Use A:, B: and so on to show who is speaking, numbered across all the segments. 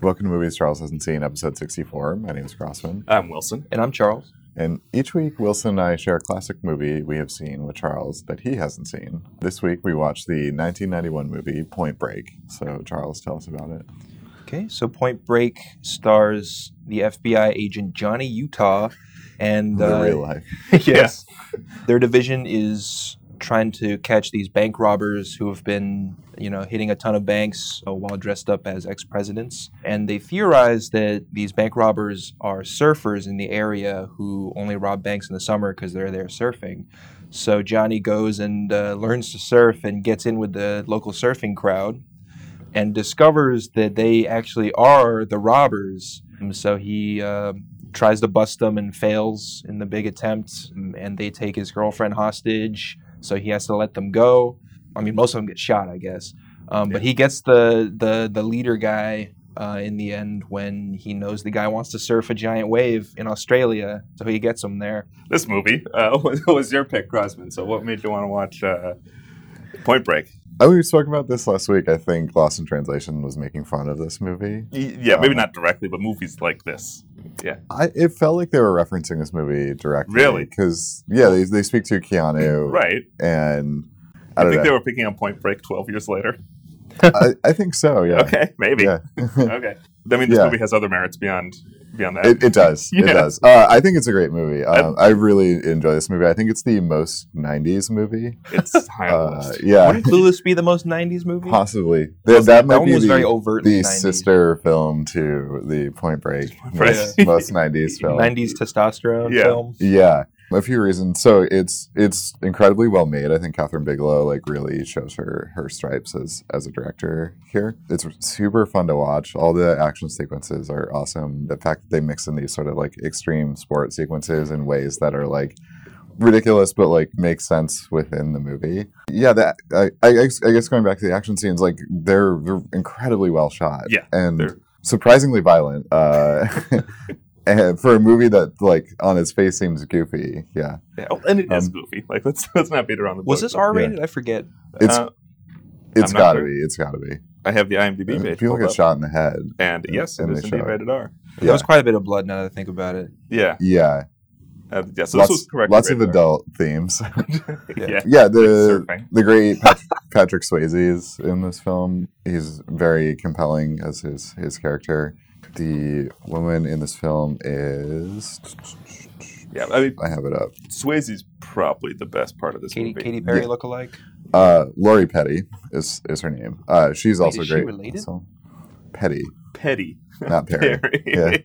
A: Welcome to Movies Charles Hasn't Seen, episode 64. My name is Crossman.
B: I'm Wilson.
C: And I'm Charles.
A: And each week, Wilson and I share a classic movie we have seen with Charles that he hasn't seen. This week, we watched the 1991 movie Point Break. So, Charles, tell us about it.
C: Okay, so Point Break stars the FBI agent Johnny Utah, and
A: the
C: uh,
A: real life.
C: yes, their division is trying to catch these bank robbers who have been, you know, hitting a ton of banks uh, while dressed up as ex-presidents, and they theorize that these bank robbers are surfers in the area who only rob banks in the summer because they're there surfing. So Johnny goes and uh, learns to surf and gets in with the local surfing crowd and discovers that they actually are the robbers. And so he uh, tries to bust them and fails in the big attempt, and- and they take his girlfriend hostage. So he has to let them go. I mean, most of them get shot, I guess. Um, But he gets the the the leader guy uh, in the end when he knows the guy wants to surf a giant wave in Australia, so he gets him there.
B: This movie uh, was, was your pick, Crosman. So, what made you want to watch uh, Point Break?
A: Oh, we spoke about this last week. I think Lost in Translation was making fun of this movie.
B: Y- Yeah, maybe
A: Um,
B: not directly, but movies like this.
A: I, it felt like they were referencing this movie directly.
B: Really?
A: Because, yeah, they, they speak to Keanu.
B: Right.
A: And I
B: I,
A: don't
B: think
A: know.
B: they were picking on Point Break 12 years later.
A: I, I think so, yeah.
B: Okay, maybe.
A: Yeah.
B: Okay. I mean, this
A: Yeah.
B: movie has other merits beyond beyond that.
A: It, it does. It
B: Yeah.
A: does. Uh, I think it's a great movie. Um, I really enjoy this movie. I think it's the most '90s movie.
B: it's high on the
A: Uh,
B: list.
A: yeah,
C: Wouldn't Clueless be the most '90s movie?
A: possibly. That, that might
C: one
A: be
C: was
A: the,
C: very overtly
A: the
C: 90s.
A: sister film to the Point Break,
B: Break.
A: most, most '90s film.
C: 90s testosterone
B: Yeah.
C: film.
A: Yeah, a few reasons. So it's it's incredibly well made. I think Catherine Bigelow like really shows her her stripes as as a director here. It's super fun to watch. All the action sequences are awesome. The fact that they mix in these sort of like extreme sport sequences in ways that are like ridiculous but like makes sense within the movie yeah that I, I guess- I guess going back to the action scenes like they're, they're incredibly well shot
B: Yeah,
A: and
B: they're-
A: surprisingly violent uh and for a movie that like on its face seems goofy yeah
B: Yeah, oh, and it is
A: Um,
B: goofy. Like, let's let's not beat around the
C: Was
B: bush.
C: this R-rated? I forget.
A: It's-
B: Uh,
A: it's
B: I'm not
A: gotta
B: sure.
A: be it's gotta be
B: I have the IMDb
A: Uh,
B: page.
A: people
B: pulled
A: get
B: up.
A: shot in the head
B: And yes, it
A: and
B: is
A: they
B: indeed
A: shot.
B: rated R.
C: There was quite a bit of blood now that I think about it.
B: Yeah.
A: yeah
B: Uh, yeah. So
A: lots,
B: this was correct.
A: lots of adult themes
B: Yeah.
A: yeah the
B: Surfing.
A: the great Pat- Patrick Swayze is in this film. He's very compelling as his his character. The woman in this film is
B: Yeah. I mean,
A: I have it up.
B: Swayze's probably the best part of this
C: Katy,
B: movie.
C: Katy Perry
A: Yeah.
C: lookalike.
A: Uh, Lori Petty is is her name. Uh, she's also
C: is she
A: great.
C: related?
A: So- Petty,
B: Petty.
A: not Perry.
B: Perry.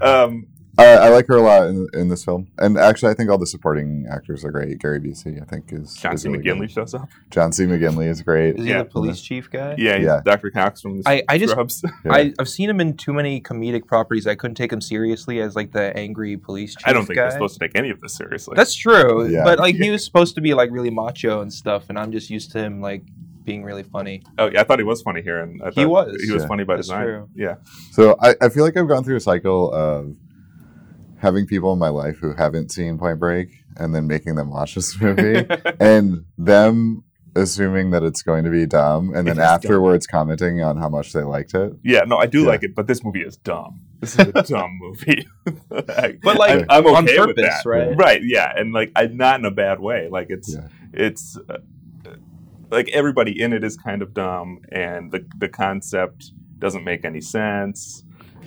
B: um,
A: I, Uh, I like her a lot in, in this film, and actually, I think all the supporting actors are great. Gary Busey, I think, is
B: John
A: is
B: C.
A: really
B: McGinley
A: good.
B: shows up.
A: John C. McGinley is great.
C: Is he
B: Yeah.
C: the police chief guy?
B: Yeah, he's
A: Yeah.
B: Dr. Cox from the
C: I, I just
B: Scrubs.
A: Yeah.
C: I, I've seen him in too many comedic properties. I couldn't take him seriously as like the angry police chief.
B: I don't think
C: guy.
B: they're supposed to take any of this seriously.
C: That's true,
A: Yeah.
C: but like he was supposed to be like really macho and stuff, and I'm just used to him like being really funny.
B: oh, yeah, I thought he was funny here, and I
C: He
B: thought
C: was.
B: He was
A: Yeah.
B: funny by
C: That's
B: design.
C: true.
B: Yeah,
A: So I, I feel like I've gone through a cycle of having people in my life who haven't seen Point Break and then making them watch this movie and them assuming that it's going to be dumb and then
B: It is dumb.
A: afterwards commenting on how much they liked it.
B: yeah. No, I do
A: Yeah.
B: like it, but this movie is dumb. This is a dumb movie.
C: But like
B: I'm okay
C: on
B: with
C: purpose,
B: that.
C: right?
B: right? Yeah, and like I, not in a bad way. Like it's
A: Yeah.
B: it's uh, like everybody in it is kind of dumb, and the the concept doesn't make any sense,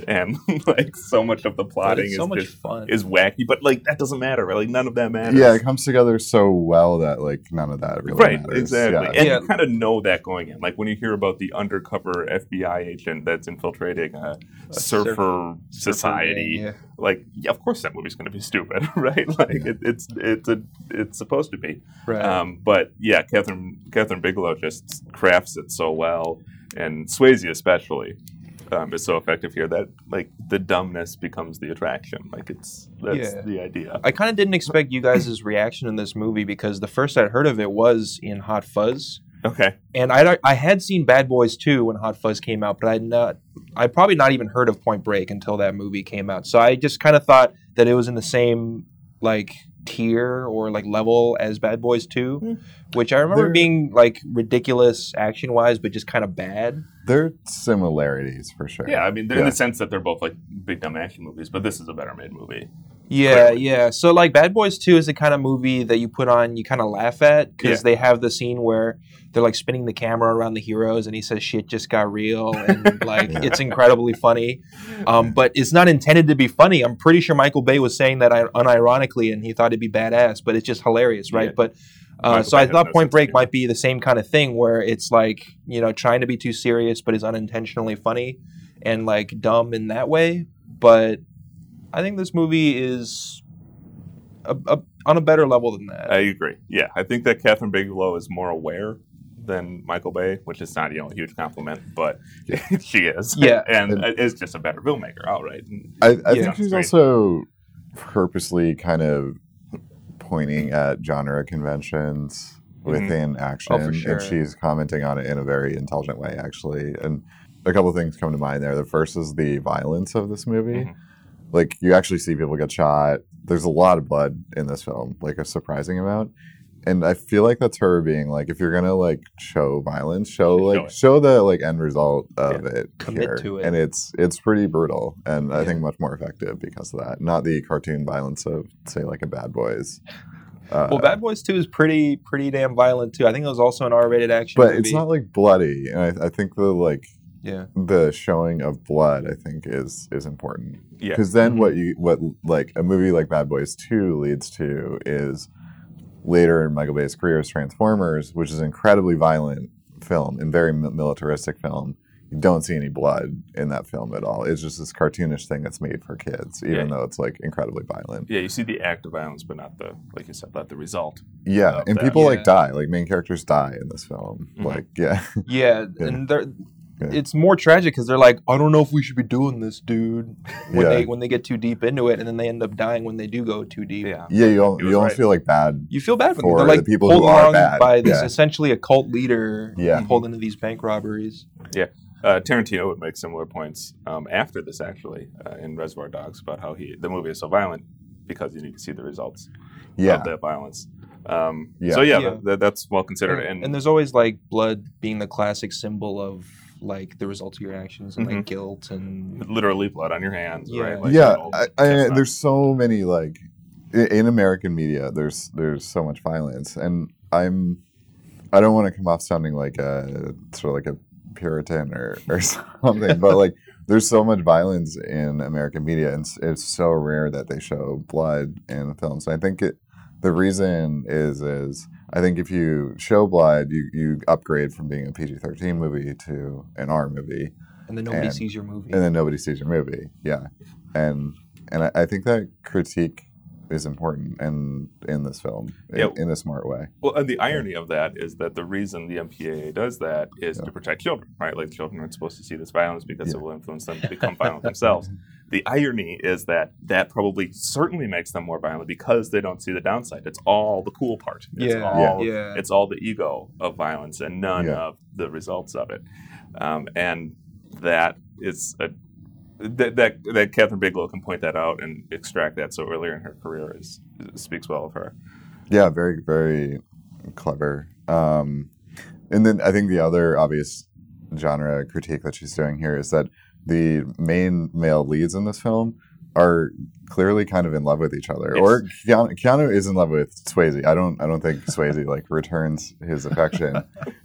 B: and like so much of the
C: But
B: plotting
C: it's
B: is
C: so much
B: just
C: fun.
B: is wacky, but like that doesn't matter. Right? Like none of that matters.
A: Yeah, it comes together so well that like none of that really
B: Right,
A: matters.
B: exactly.
A: Yeah.
B: And
C: Yeah.
B: you kind of know that going in. Like when you hear about the undercover FBI agent that's infiltrating a,
C: A
B: surfer,
C: Surfer
B: society,
C: gang,
B: like, yeah, of course that movie's going to be stupid, right? Like it, it's it's a, it's supposed to be.
C: yeah. Right.
B: Um, but yeah, Catherine Catherine Bigelow just crafts it so well, and Swayze especially um, is so effective here that like the dumbness becomes the attraction. Like it's that's
C: Yeah.
B: the idea.
C: I kind of didn't expect you guys' reaction in this movie because the first I'd heard of it was in Hot Fuzz,
B: Okay,
C: and I I had seen Bad Boys 2 when Hot Fuzz came out, but I not I probably not even heard of Point Break until that movie came out. So I just kind of thought that it was in the same like tier or like level as Bad Boys 2,
B: Mm.
C: which I remember
A: They're-
C: being like ridiculous action wise, but just kind of bad.
A: There are similarities for sure.
B: Yeah, I mean, in
A: Yeah.
B: the sense that they're both like big dumb action movies, but this is a better made movie.
C: Yeah,
B: Clearly.
C: yeah. So like Bad Boys 2 is the kind of movie that you put on, you kind of laugh at because
B: Yeah.
C: they have the scene where they're like spinning the camera around the heroes and he says shit just got real and like
A: Yeah.
C: it's incredibly funny. Um, but it's not intended to be funny. I'm pretty sure Michael Bay was saying that I- unironically and he thought it'd be badass, but it's just hilarious, right?
B: Yeah.
C: But uh,
B: Michael
C: so
B: Bay
C: I
B: has
C: thought
B: no sense
C: Point
B: of
C: Break
B: humor.
C: might be the same kind of thing where it's like, you know, trying to be too serious but is unintentionally funny and like dumb in that way. But I think this movie is a, a, on a better level than that.
B: I agree. Yeah, I think that Catherine Bigelow is more aware than Michael Bay, which is not you know a huge compliment, but she is.
C: Yeah.
B: and is just a better filmmaker. All right.
A: I, I
C: Yeah.
A: think she's
B: Great.
A: also purposely kind of pointing at genre conventions within action,
C: sure.
A: and she's commenting on it in a very intelligent way, actually. And a couple things come to mind there. The first is the violence of this movie.
B: Mhm.
A: Like you actually see people get shot. There's a lot of blood in this film, like a surprising amount. And I feel like that's her being like, if you're gonna like show violence, show
B: Show
A: like show,
B: it.
A: the like end result of it
C: Commit
A: here.
C: to it.
A: And it's it's pretty brutal and I
C: Yeah.
A: think much more effective because of that. Not the cartoon violence of say like a Bad Boys. Uh,
C: well, Bad Boys Two is pretty pretty damn violent too. I think it was also an R-rated action
A: but
C: movie.
A: it's not like bloody, and I, I think the like
C: yeah,
A: the showing of blood I think is is important
B: Yeah. Mm-hmm.
A: because then
C: Mhm.
A: what you what like a movie like Bad Boys Two leads to is later in Michael Bay's career is Transformers, which is an incredibly violent film and very mi- militaristic film. You don't see any blood in that film at all. It's just this cartoonish thing that's made for kids, even
B: Yeah.
A: though it's like incredibly violent.
B: Yeah, you see the act of violence, but not the like you said, not the result.
A: Yeah,
B: Love
A: and
B: that.
A: people like
C: Yeah.
A: die, like main characters die in this film.
B: Mhm.
A: Like, yeah,
C: yeah,
A: Yeah.
C: and they're.
A: Yeah.
C: It's more tragic because they're like, I don't know if we should be doing this, dude. When
A: Yeah.
C: they when they get too deep into it, and then they end up dying when they do go too deep.
B: Yeah.
A: yeah, you all,
B: He was
A: you all
B: right.
A: feel like bad.
C: You feel bad for them.
A: For
C: They're like
A: the people
C: pulled
A: who are
C: along
A: bad.
C: by this
A: Yeah.
C: essentially a cult leader.
A: Yeah.
C: pulled into these bank robberies.
B: Uh, Tarantino would make similar points um, after this, actually, uh, in Reservoir Dogs, about how he the movie is so violent because you need to see the results
A: Yeah,
B: of that violence. Um,
A: Yeah.
B: So yeah,
C: Yeah.
B: That, that's well considered. And,
C: there's always like blood being the classic symbol of like the results of your actions and
B: Mm-hmm.
C: like guilt and
B: literally blood on your hands,
C: Yeah.
B: right? Like
A: yeah.
B: an old
A: I, I,
B: chestnut.
A: there's so many like i- in American media. There's there's so much violence, and I'm I don't want to come off sounding like a sort of like a Puritan or or something, but like there's so much violence in American media, and it's, it's so rare that they show blood in films. I think it the reason is is I think if you show blood, you you upgrade from being a PG-13 movie to an R movie
C: and then nobody
A: And-
C: sees your movie.
A: and then nobody sees your movie. Yeah, and and I, I think that critique is important and in this film in,
B: Yeah.
A: in a smart way.
B: Well, and the irony of that is that the reason the MPAA does that is
A: Yeah.
B: to protect children, right? Like children aren't supposed to see this violence because
A: Yeah.
B: it will influence them to become violent themselves. The irony is that that probably certainly makes them more violent because they don't see the downside. It's all the cool part. It's
C: Yeah.
B: all
C: yeah.
B: it's all the ego of violence and none
A: Yeah.
B: of the results of it. Um, and that is a that, that that Catherine Bigelow can point that out and extract that so earlier in her career is speaks well of her.
A: Yeah, very very clever. Um, and then I think the other obvious genre critique that she's doing here is that the main male leads in this film are clearly kind of in love with each other.
B: Yes.
A: Or Keanu, Keanu is in love with Swayze. I don't I don't think Swayze like returns his affection,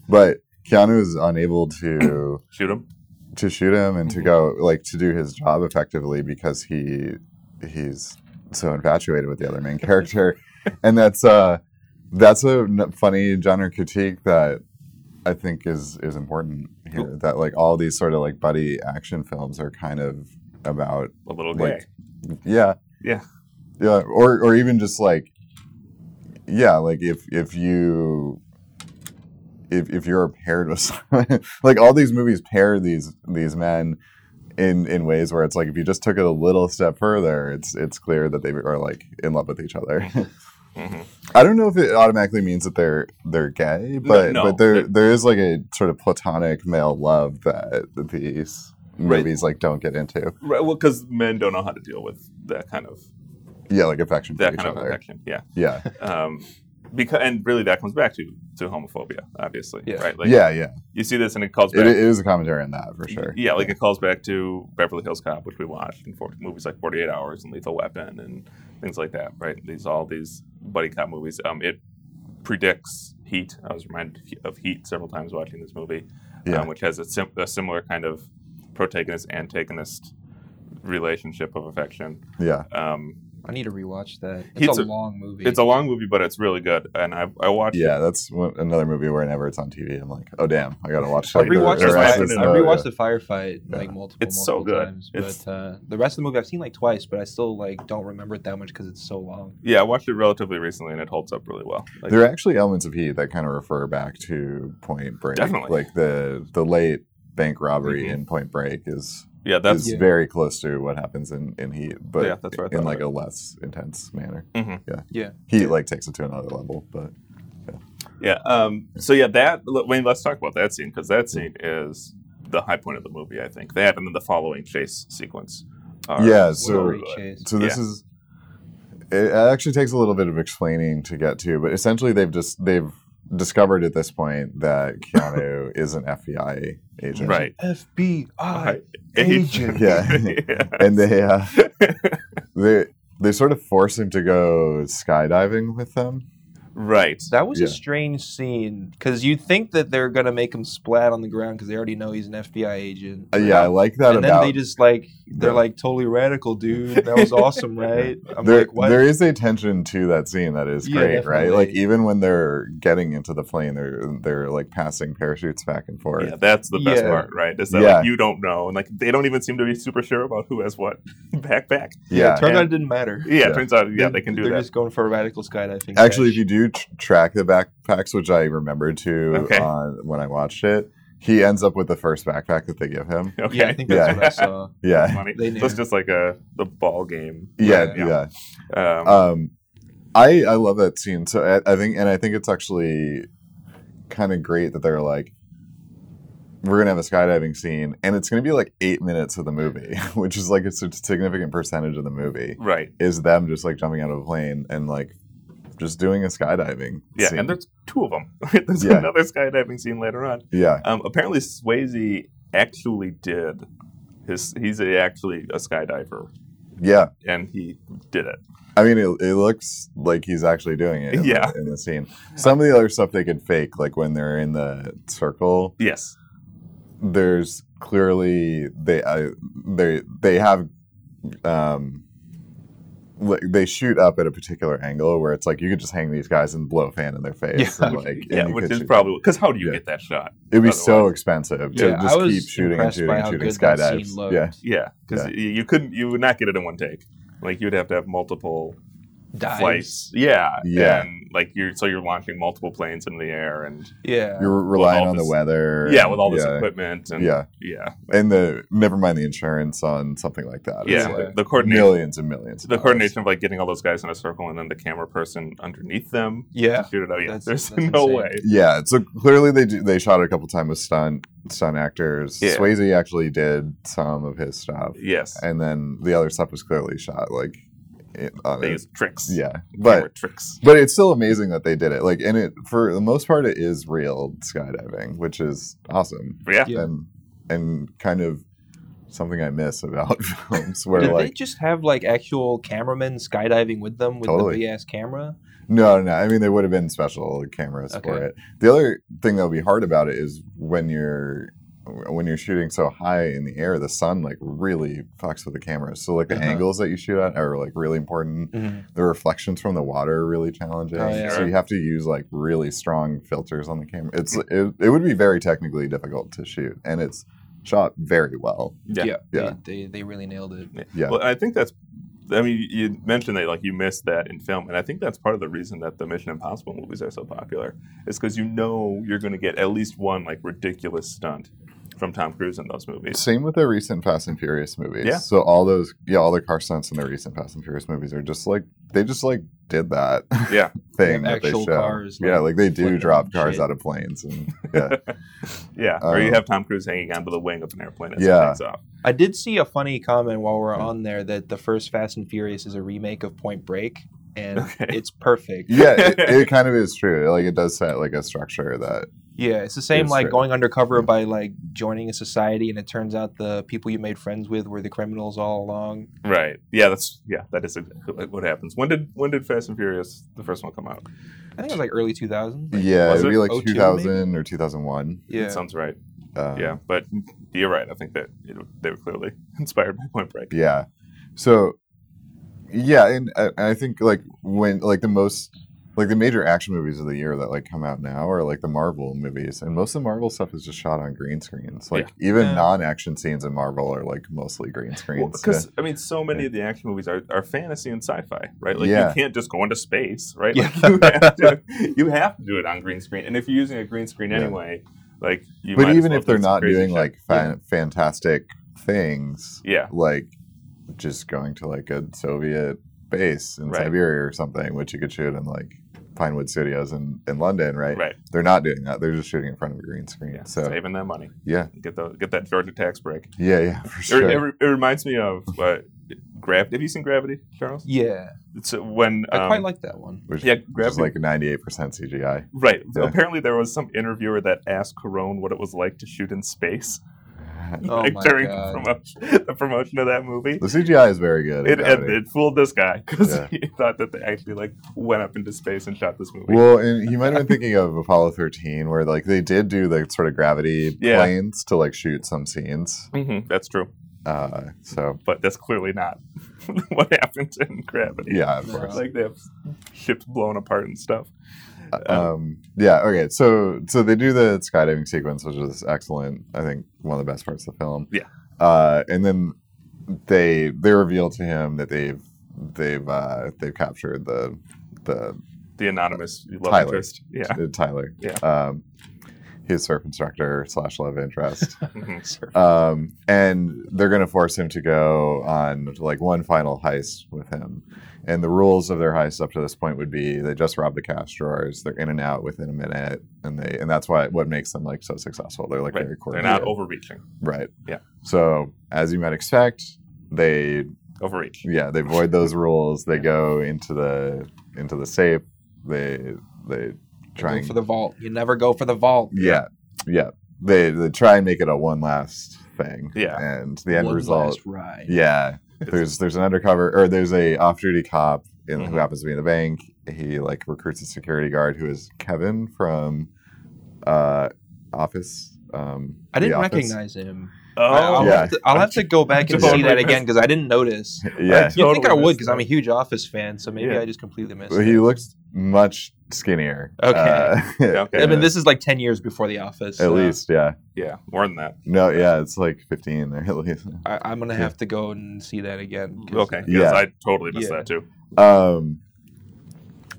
A: but Keanu is unable to
B: Shoot him.
A: to shoot him and to
B: Mhm.
A: go like to do his job effectively because he he's so infatuated with the other main character and that's uh that's a n- funny genre critique that i think is is important here that like all these sort of like buddy action films are kind of about
B: A little gay.
A: Like- yeah
B: Yeah.
A: yeah or or even just like yeah like if if you if, if you're paired with someone like all these movies pair these these men in in ways where it's like if you just took it a little step further it's it's clear that they are like in love with each other
B: Mhm.
A: i don't know if it automatically means that they're they're gay but
B: no,
A: but there
B: they're-
A: there is like a sort of platonic male love that these
B: Right.
A: movies like don't get into
B: Right, well, because men don't know how to deal with that kind of
A: yeah, like affection for
B: that
A: each
B: kind of
A: other.
B: affection. Yeah.
A: Yeah,
B: Um, because and really that comes back to to homophobia, obviously.
C: Yeah.
B: Right. Like
A: yeah, yeah.
B: you see this and it calls back
A: It, it is a commentary on that for sure.
B: Yeah, like it calls back to Beverly Hills Cop, which we watched, and for, movies like Forty Eight Hours and Lethal Weapon and things like that. Right, these all these buddy cop movies. Um, it predicts Heat. I was reminded of Heat several times watching this movie,
A: Yeah.
B: um, which has a, sim- a similar kind of protagonist antagonist relationship of affection.
A: yeah.
B: Um,
C: I need to rewatch that. It's
B: Heats
C: a
B: a-
C: long movie.
B: it's a long movie, but it's really good, and I I watched. it.
A: Yeah, that's one, another movie whenever it's on TV, I'm like, oh damn, I gotta watch.
C: I
A: Like, the-
C: rewatched,
A: the
C: the,
A: rest
B: Or
C: fire,
A: of
B: Accident.
C: I
A: the-
C: rewatched the firefight like
A: Yeah.
C: multiple,
B: It's so
C: multiple
B: good.
C: times,
B: It's-
C: but uh, the rest of the movie I've seen like twice, but I still like don't remember it that much because it's so long.
B: Yeah, I watched it relatively recently, and it holds up really well. Like,
A: there are actually elements of Heat that kind of refer back to Point Break.
B: Definitely.
A: Like the the late bank robbery
B: Mhm.
A: in Point Break is
B: yeah, that's
A: is
C: Yeah.
A: very close to what happens in, in Heat, but
B: Yeah, that's what I
A: in
B: thought
A: like
B: of.
A: a less intense manner.
B: Mhm.
A: Yeah.
C: Yeah.
A: Heat like takes it to another level, but
B: Yeah. Um, so yeah, that l- Wayne. Let's talk about that scene because that scene is the high point of the movie. I think that and then the following chase sequence. are
A: Yeah,
B: so
A: so-
B: good.
C: Great chase.
A: so this is it actually takes a little bit of explaining to get to, but essentially they've just they've discovered at this point that Keanu is an FBI agent.
B: right.
C: FBI. Agent.
B: Agent.
A: Yeah. and they uh, they they sort of force him to go skydiving with them.
B: Right.
C: That was
A: Yeah.
C: a strange scene because you think that they're gonna make him splat on the ground because they already know he's an FBI agent.
A: Uh, yeah, I like that
C: and
A: about.
C: then they just like they're
A: Yeah.
C: like totally radical, dude. That was awesome, right? I'm
A: there,
C: like, what?
A: there is a tension to that scene that is
C: Yeah,
A: great, right?
C: definitely.
A: Like even when they're getting into the plane, they're they're like passing parachutes back and forth.
B: Yeah, that's the best
C: Yeah.
B: part, right? Is that
A: Yeah.
B: like, you don't know, and like they don't even seem to be super sure about who has what backpack.
A: Yeah,
C: turned out
B: and-
C: it didn't matter.
B: Yeah, it turns out, yeah,
C: They're-
B: they can do
C: They're
B: that.
C: just going for a radical skydiving.
A: Actually, if
C: crash.
A: you do tr- track the backpacks, which I remembered to
B: Okay.
A: on, when I watched it, he ends up with the first backpack that they give him.
B: okay.
C: yeah, I think that's
A: Yeah.
C: what I saw.
A: Yeah,
B: Funny.
C: They knew.
B: That's just like a the ball game.
A: yeah,
B: Yeah.
A: yeah.
B: Um,
A: um i i love that scene so i, I think and i think it's actually kind of great that they're like we're gonna have a skydiving scene and it's gonna be like eight minutes of the movie which is like a s- significant percentage of the movie
B: right.
A: is them just like jumping out of a plane and like just doing a skydiving
B: Yeah,
A: scene.
B: and there's two of them. there's
A: Yeah.
B: another skydiving scene later on.
A: yeah
B: Um, apparently, Swayze actually did his. He's a, actually a skydiver,
A: yeah
B: and he did it.
A: i mean it, it looks like he's actually doing it in the-
B: Yeah.
A: in the scene some of the other stuff they could fake like when they're in the circle
B: Yes,
A: there's clearly they uh, they they have um like they shoot up at a particular angle where it's like you could just hang these guys and blow a fan in their face
C: Yeah.
A: and like
B: yeah,
A: and you
B: which
A: could
B: is
A: shoot-
B: probably because how do you
A: Yeah.
B: get that shot?
A: it'd be
B: otherwise.
A: so expensive to
C: Yeah, I
A: just
C: was
A: keep shooting and
C: impressed
A: shooting
C: by
A: and
C: how
A: shooting
C: good that scene
A: skydives
C: looked.
A: yeah
B: Yeah, because
A: Yeah.
B: you couldn't. You would not get it in one take. Like you'd have to have multiple
C: Dives.
B: flights. Yeah,
A: Yeah.
B: And like you're so you're launching multiple planes into the air, and
C: Yeah.
A: you're relying
B: all
A: on the
B: this-
A: weather
B: yeah,
A: and-
B: with all this
A: yeah.
B: equipment and
A: yeah
B: yeah,
A: and the never mind the insurance on something like that It's
B: yeah.
A: like
B: the coordination.
A: millions and millions of
B: The
A: dollars.
B: coordination of like getting all those guys in a circle and then the camera person underneath them
C: yeah.
B: to shoot it out. Yeah,
C: That's-
B: there's
C: that's
B: no
C: insane.
B: way.
A: Yeah, so clearly they do, they shot it a couple times with stunt stunt actors.
B: Yeah.
A: Swayze actually did some of his stuff,
B: Yes,
A: and then the other stuff was clearly shot like it, on
B: they
A: a-
B: use tricks.
A: yeah,
B: camera
A: but
B: tricks.
A: but it's still amazing that they did it. Like, and it for the most part, it is real skydiving, which is awesome
B: Yeah.
C: Yeah.
A: and and kind of something I miss about films where
C: Did they
A: like
C: just have like actual cameramen skydiving with them with
A: Totally.
C: the big ass camera?
A: No, no. I mean, they would have been special cameras for
C: Okay.
A: it. The other thing that'll be hard about it is when you're when you're shooting so high in the air, the sun like really fucks with the camera. So like the
C: Uh-huh.
A: angles that you shoot at are like really important. The reflections from the water are really challenging.
C: Oh, yeah.
A: So you have to use like really strong filters on the camera. It's
C: Mm.
A: it, it would be very technically difficult to shoot, and it's shot very well.
B: Yeah.
A: Yeah.
C: They, they they really nailed it.
A: Yeah,
B: Well, I think that's. I mean, you mentioned that like you missed that in film, and I think that's part of the reason that the Mission Impossible movies are so popular is because you know you're going to get at least one like ridiculous stunt from Tom Cruise in those movies.
A: Same with the recent Fast and Furious movies.
B: Yeah.
A: So all those, yeah, all the car stunts in the recent Fast and Furious movies are just like they just like did that
B: Yeah.
A: thing
C: They
A: that
C: have
A: they
C: actual
A: show.
C: cars, like,
A: yeah, like they
C: flipping
A: do drop cars
C: shit.
A: out of planes and yeah,
B: Yeah. or you
A: Um,
B: have Tom Cruise hanging onto the wing of an airplane as
A: Yeah.
B: it takes off.
C: I did see a funny comment while we're
A: Mm.
C: on there that the first Fast and Furious is a remake of Point Break, and
B: Okay.
C: it's perfect.
A: yeah. It, it kind of is true. Like it does set like a structure that
C: Yeah, it's the same
A: It's
C: like
A: true.
C: going undercover
A: Yeah.
C: by like joining a society, and it turns out the people you made friends with were the criminals all along.
B: Right. Yeah, that's yeah, that is exactly like what happens. When did when did Fast and Furious the first one come out?
C: I think it was like early 2000s. like-
A: yeah,
B: was
A: it'd
B: it
A: be like
C: 02
A: two thousand or two thousand one.
B: That
C: yeah.
B: sounds right.
A: Um,
B: yeah, but you're right. I think that it, they were clearly inspired by Point Break.
A: Yeah. So, yeah, and I, I think like when like the most like the major action movies of the year that like come out now are like the Marvel movies, and most of the Marvel stuff is just shot on green screens. Like even
C: Yeah.
A: non-action scenes in Marvel are like mostly green screens.
B: Well, because I mean, so many of the action movies are, are fantasy and sci-fi, right? Like
A: Yeah.
B: you can't just go into space, right?
C: Yeah.
B: Like, you, have to, you have to do it on green screen, and if you're using a green screen
A: Yeah.
B: anyway, like you. might
A: but
B: as
A: even
B: well
A: if they're
B: do some
A: not
B: crazy
A: doing
B: shit.
A: like fan- fantastic things,
B: yeah,
A: like just going to like a Soviet base in
B: Right.
A: Siberia or something, which you could shoot in like Pinewood Studios in, in London, right?
B: right,
A: They're not doing that. They're just shooting in front of a green screen.
B: yeah,
A: So
B: saving that money,
A: yeah,
B: get the get that Georgia tax break.
A: yeah, yeah, for
B: It-
A: sure.
B: It, re- it reminds me of uh, Gravity. Have you seen Gravity, Charles?
C: Yeah,
B: It's uh, when
C: I quite
B: um,
C: like that one.
A: which,
B: yeah,
A: which is
B: Gravity.
A: like ninety eight percent CGI.
B: Right.
A: Yeah.
B: Apparently, there was some interviewer that asked Corone what it was like to shoot in space
C: Oh
B: like,
C: my
B: during
C: God.
B: promotion, the promotion of that movie.
A: the CGI is very good. in
B: It, it,
A: Gravity.
B: it fooled this guy because
A: Yeah.
B: he thought that they actually like went up into space and shot this movie.
A: well, and he might have been thinking of Apollo thirteen, where like they did do like sort of gravity
B: Yeah.
A: planes to like shoot some scenes.
B: hmm that's true,
A: Uh, so
B: but that's clearly not what happened in Gravity.
A: yeah, of
C: No.
A: course.
B: like they have ships blown apart and stuff.
A: um, yeah okay so so they do the skydiving sequence which is excellent i think one of the best parts of the film
B: Yeah.
A: uh, and then they they reveal to him that they've they've uh, they've captured the the
B: The anonymous love
A: Tyler.
B: interest. Yeah.
A: uh, tyler
B: Yeah.
A: um, his surf instructor slash love interest
B: Mhm.
A: um, and they're going to force him to go on like one final heist with him. And the rules of their heist up to this point would be they just rob the cash drawers. They're in and out within a minute, and they and that's why what makes them like so successful. They're like
B: Right.
A: very
B: They're
A: coordinated,
B: not overreaching.
A: right?
B: Yeah.
A: So as you might expect, they
B: Overreach.
A: yeah they void those rules. They go into the into the safe. They they try
C: Go
A: and
C: for the vault. You never go for the vault.
A: yeah, yeah. They they try and make it a one last thing.
B: Yeah.
A: and the end
C: One
A: result
C: last ride.
A: yeah, there's there's an undercover or there's a off-duty cop in, who
C: Mm-hmm.
B: Mhm.
A: happens to be in the bank. He like recruits a security guard who is Kevin from uh, Office. Um,
C: I didn't
A: The Office.
C: recognize him. I-
B: Oh,
C: I'll,
A: Yeah.
C: have to, I'll have to go back and
B: Don't
C: see that
B: miss-
C: again because I didn't notice.
A: Yeah,
C: You think I
B: Totally
C: would
B: missed
C: because I'm a
B: that.
C: huge Office fan, so maybe
B: Yeah.
C: I just completely missed.
A: Well,
C: it.
A: he looks much skinnier. uh,
C: Okay.
B: okay.
C: I mean, this uh, is like ten years before The Office.
A: at
C: so
A: least, yeah.
B: yeah, more than that.
A: No, yeah, it's like 15 or at least.
C: I, I'm gonna
A: Yeah.
C: have to go and see that again. 'cause-
B: Okay.
A: Yeah.
B: Yes, I totally missed
C: Yeah.
B: that too.
A: Um,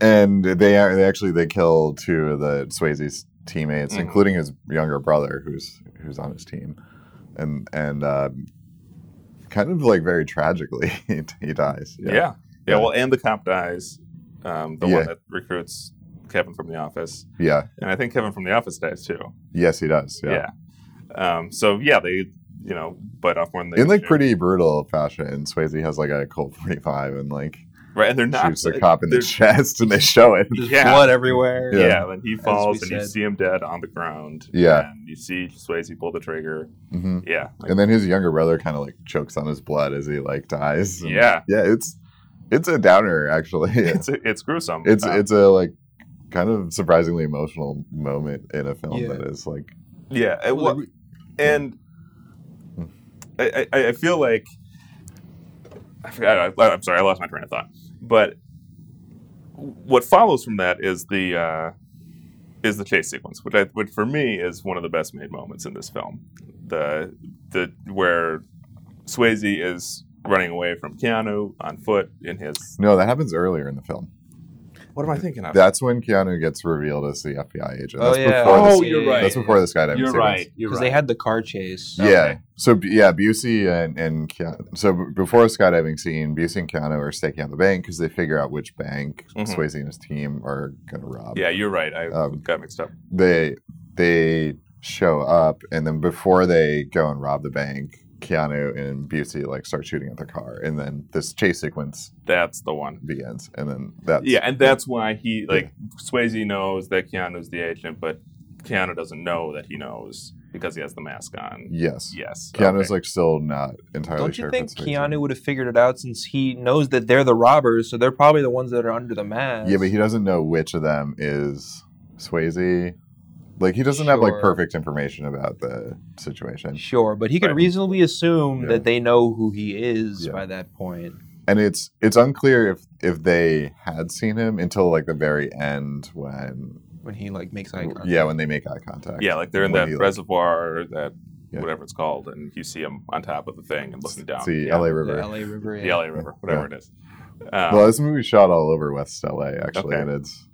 A: and they are they actually they kill two of the Swayze's teammates,
B: Mhm.
A: including his younger brother, who's who's on his team, and and um, kind of like very tragically he, he dies.
B: Yeah. yeah.
A: Yeah.
B: Well, and the cop dies, um, the
A: Yeah.
B: one that recruits Kevin from the office,
A: yeah,
B: and I think Kevin from the office dies too.
A: yes, he does. Yeah,
B: Yeah. Um, so yeah, they you know bite off more than they
A: in like
B: chew.
A: pretty brutal fashion. Swayze has like a Colt forty five and like
B: right, and they're not
A: shoots the
B: like,
A: cop in the
B: they're-
A: chest, and they show it.
C: Just
B: Yeah.
C: blood everywhere.
A: Yeah.
B: Yeah, and he falls, and you
C: said.
B: see him dead on the ground.
A: Yeah.
B: and you see Swayze pull the trigger.
A: hmm
B: Yeah, like,
A: And then his younger brother kind of like chokes on his blood as he like dies. And-
B: yeah,
A: yeah, it's it's a downer actually.
B: it's it's gruesome.
A: it's
B: Uh,
A: it's a like kind of surprisingly emotional moment in a film
C: Yeah.
A: that is like
B: yeah, it,
C: Well,
B: wa- and
A: Hmm.
B: I, I, I feel like I forgot. I, I'm sorry, I lost my train of thought. But what follows from that is the uh, is the chase sequence, which I, which for me is one of the best made moments in this film. The the where Swayze is running away from Keanu on foot in his
A: no that happens earlier in the film
B: What am I thinking of?
A: That's when Keanu gets revealed as the FBI agent.
C: Oh,
A: That's
C: yeah.
A: before the
B: oh,
C: this-
B: you're
C: yeah,
B: right.
A: That's before the skydiving.
B: You're
A: sequence.
B: right. You're
C: because
B: right.
C: they had the car chase.
B: Okay.
A: Yeah. So B- yeah, Busey and, and Keanu, so b- before the skydiving scene, Busey and Keanu are staking out the bank because they figure out which bank
B: Mhm.
C: Mm-hmm.
A: Swayze and his team are gonna rob.
B: yeah, you're right. I
A: Um,
B: got mixed up.
A: They they show up and then before they go and rob the bank, Keanu and Busey like start shooting at the car, and then this chase sequence
B: That's the one.
A: begins, and then that's
B: yeah, and that's why he like Swayze knows that Keanu's the agent, but Keanu doesn't know that he knows because he has the mask on.
A: yes.
B: Yes,
A: Keanu's
B: okay.
A: like still not entirely
C: Don't
A: sure.
C: you
A: if
C: think
A: it's Swayze.
C: Keanu would have figured it out since he knows that they're the robbers, so they're probably the ones that are under the mask.
A: Yeah, but he doesn't know which of them is Swayze. Like he doesn't have like
C: Sure.
A: perfect information about the situation.
C: Sure, but he could
B: Right.
C: reasonably assume
A: Yeah.
C: that they know who he is
A: Yeah.
C: by that point.
A: And it's it's unclear if if they had seen him until like the very end when
C: When he like makes eye contact.
A: yeah, when they make eye contact.
B: yeah, like they're in
A: When
B: that
A: he, like,
B: reservoir, that
A: Yeah.
B: whatever it's called, and you see him on top of the thing and looking down.
A: It's the
B: yeah,
A: LA
C: The
A: River.
C: LA River.
B: the LA River, whatever it is. Um,
A: Well, this movie shot all over West LA actually,
B: Okay.
A: and it's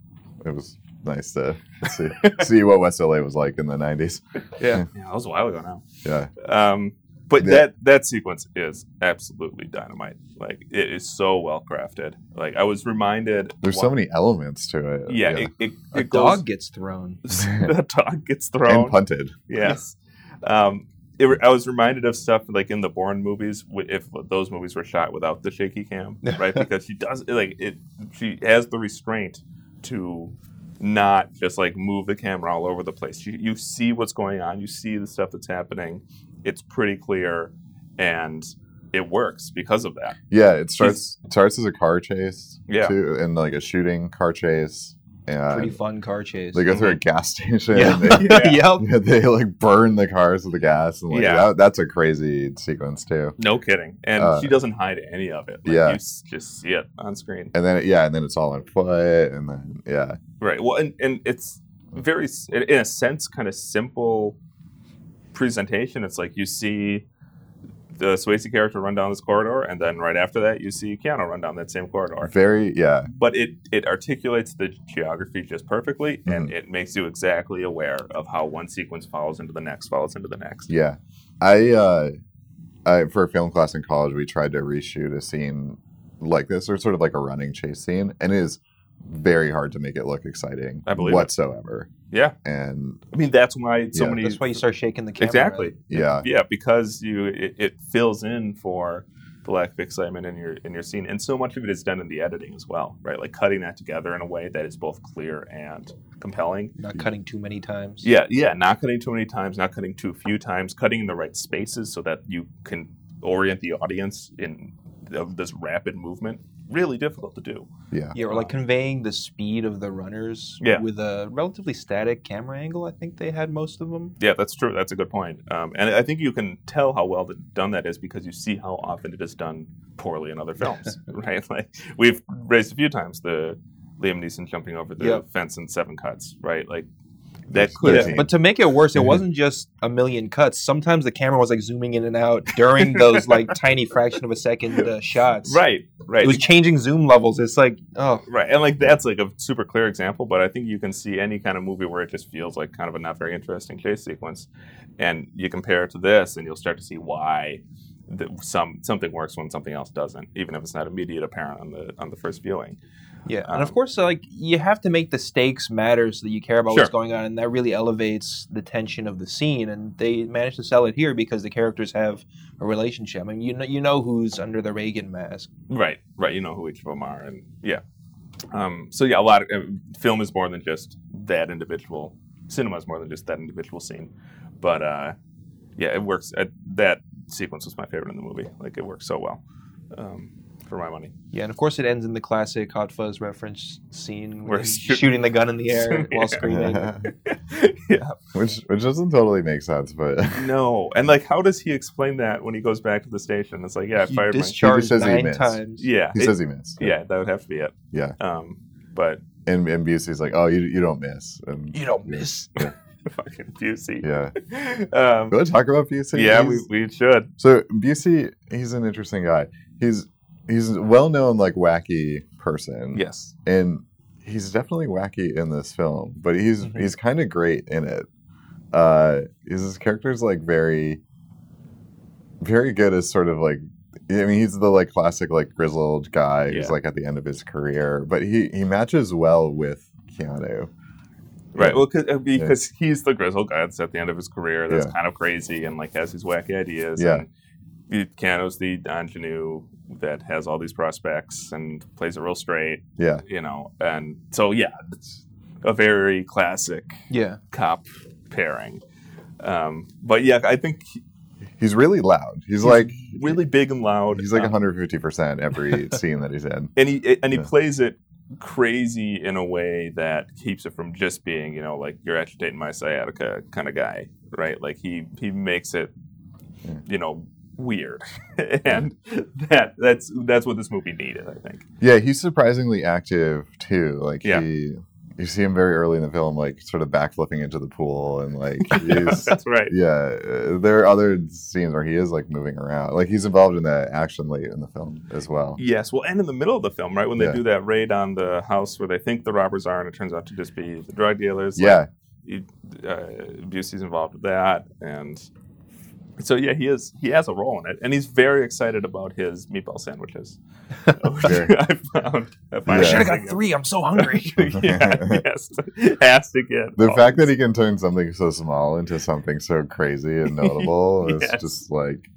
A: it was nice to see see what West LA was like in the nineties.
B: yeah, yeah, that was a while ago now.
A: Yeah.
B: Um, but
A: Yeah.
B: that that sequence is absolutely dynamite. Like it is so well crafted. Like I was reminded.
A: There's so many elements to it.
B: Yeah, it, it,
C: A
B: it goes-
C: dog gets thrown.
B: the dog gets
A: and
B: thrown.
A: punted.
B: Yes. Um, it, re- I was reminded of stuff like in the Bourne movies, wi- if those movies were shot without the shaky cam, right? Because she does like it. She has the restraint to not just like move the camera all over the place. You, you see what's going on. You see the stuff that's happening. It's pretty clear, and it works because of that.
A: Yeah, it starts it starts as a car chase.
B: Yeah.
A: Too, and like a shooting car chase.
C: Pretty
A: And
C: fun car chase.
A: Uh, they go through a gas station.
B: Yeah.
A: And
B: Yeah.
C: yep.
A: they, they like burn the cars with the gas. And like,
B: Yeah.
A: that, that's a crazy sequence too.
B: No kidding. And
A: Uh,
B: she doesn't hide any of it. Like,
A: yeah.
B: You s- just see it on screen.
A: And then, yeah, and then it's all on foot. And then, yeah.
B: Right. Well, and, and it's very, s- in in a sense, kind of simple presentation. It's like you see the Swayze character run down this corridor, and then right after that, you see Keanu run down that same corridor.
A: Very, yeah.
B: But it, it articulates the geography just perfectly, and it makes you exactly aware of how one sequence follows into the next, follows into the next.
A: Yeah. I, uh, I, for a film class in college, we tried to reshoot a scene like this or sort of like a running chase scene. And it is very hard to make it look exciting
B: I believe it.
A: whatsoever.
B: Yeah.
A: And
B: I mean, that's why so
A: Yeah.
B: many.
C: That's why you start shaking the camera.
B: Exactly.
A: yeah.
B: yeah because you it, it fills in for the lack of excitement in your in your scene and so much of it is done in the editing as well right like cutting that together in a way that is both clear and compelling
C: Not cutting too many times.
B: yeah yeah not cutting too many times not cutting too few times cutting in the right spaces so that you can orient the audience in of this rapid movement really difficult to do
A: Yeah.
C: Yeah, or like conveying the speed of the runners
B: Yeah.
C: with a relatively static camera angle. I think they had most of them.
B: yeah that's true that's a good point um, and i think you can tell how well that, done that is because you see how often it is done poorly in other films right like we've raised a few times the liam neeson jumping over the
C: Yeah.
B: fence in seven cuts right like that
A: There's
B: could Mm-hmm.
A: thirteen.
C: But to make it worse, it
A: Mhm.
C: wasn't just a million cuts. Sometimes the camera was like zooming in and out during those like tiny fraction of a second uh, shots.
B: right right
C: It was changing zoom levels. It's like, oh,
B: right and like that's like a super clear example but i think you can see any kind of movie where it just feels like kind of a not very interesting chase sequence and you compare it to this and you'll start to see why the, some something works when something else doesn't even if it's not immediate apparent on the on the first viewing
C: yeah. and of
B: Um,
C: course, uh, like you have to make the stakes matter so that you care about what's
B: Sure.
C: going on, and that really elevates the tension of the scene. And they managed to sell it here because the characters have a relationship. I mean, you know, you know who's under the Reagan mask.
B: Right, right. You know who each of them are, and yeah. Um, so yeah, a lot of uh, film is more than just that individual. Cinema is more than just that individual scene, but uh, yeah, it works. Uh, that sequence was my favorite in the movie. Like it works so well um, for my money.
C: Yeah, and of course it ends in the classic Hot Fuzz reference scene
B: Where
C: where he's
B: shoot-
C: shooting the gun in the air
B: Yeah.
C: while screaming.
B: yeah.
A: which which doesn't totally make sense, but
B: No, and like, how does he explain that when he goes back to the station? It's like, yeah, I
C: he
B: fired my.
C: discharged
A: says he
C: nine
A: missed.
C: times.
B: Yeah,
A: he
B: it-
A: says he missed.
B: yeah, that would have to be it.
A: Yeah.
B: Um, but
A: And and Busey's like, oh, you, you don't miss. And
C: You don't miss.
B: fucking Busey.
A: yeah,
B: Um,
A: go talk about Busey.
B: yeah, we,
A: He's-
B: we should.
A: so Busey, he's an interesting guy. He's he's a well known like wacky person.
B: Yes.
A: and he's definitely wacky in this film, but he's
C: Mhm.
A: he's kind of great in it. Uh, his his character's like very, very good as sort of like. I mean, he's the like classic like grizzled guy who's
B: Yeah.
A: like at the end of his career, but he he matches well with Keanu.
B: Right.
A: Yeah.
B: Well, 'cause- uh, because he's the grizzle guy that's at the end of his career that's
A: Yeah.
B: kind of crazy and like has these wacky ideas.
A: Yeah.
B: And the- Keanu's the ingenue that has all these prospects and plays it real straight,
A: Yeah,
B: you know. And so, yeah, it's a very classic
C: Yeah.
B: cop pairing. Um, but yeah, I think he's
A: he's really loud. He's, like
B: really big and loud.
A: he's like
B: um,
A: 150 percent every scene that he's in.
B: and he and he
A: Yeah.
B: plays it crazy in a way that keeps it from just being you know like you're agitating my sciatica kind of guy right like he he makes it
A: Yeah.
B: you know weird and that that's that's what this movie needed i think
A: Yeah, he's surprisingly active too. Like
B: Yeah.
A: he, you see him very early in the film, like sort of backflipping into the pool, and like he's
B: that's right
A: yeah. uh, There are other scenes where he is like moving around. Like he's involved in the action late in the film as well.
B: yes well and in the middle of the film right when they
A: Yeah.
B: do that raid on the house where they think the robbers are and it turns out to just be the drug dealers like,
A: Yeah,
B: he- uh, Busey's involved with that, and so yeah, he is he has a role in it, and he's very excited about his meatball sandwiches. which
A: Sure.
B: I found. I
A: Yeah.
C: I
B: found
C: should have
B: amazing.
C: got three. I'm so hungry.
B: yeah, yes, has to get
A: the
B: all
A: fact that he
B: these-
A: can turn something so small into something so crazy and notable
B: Yes.
A: is just like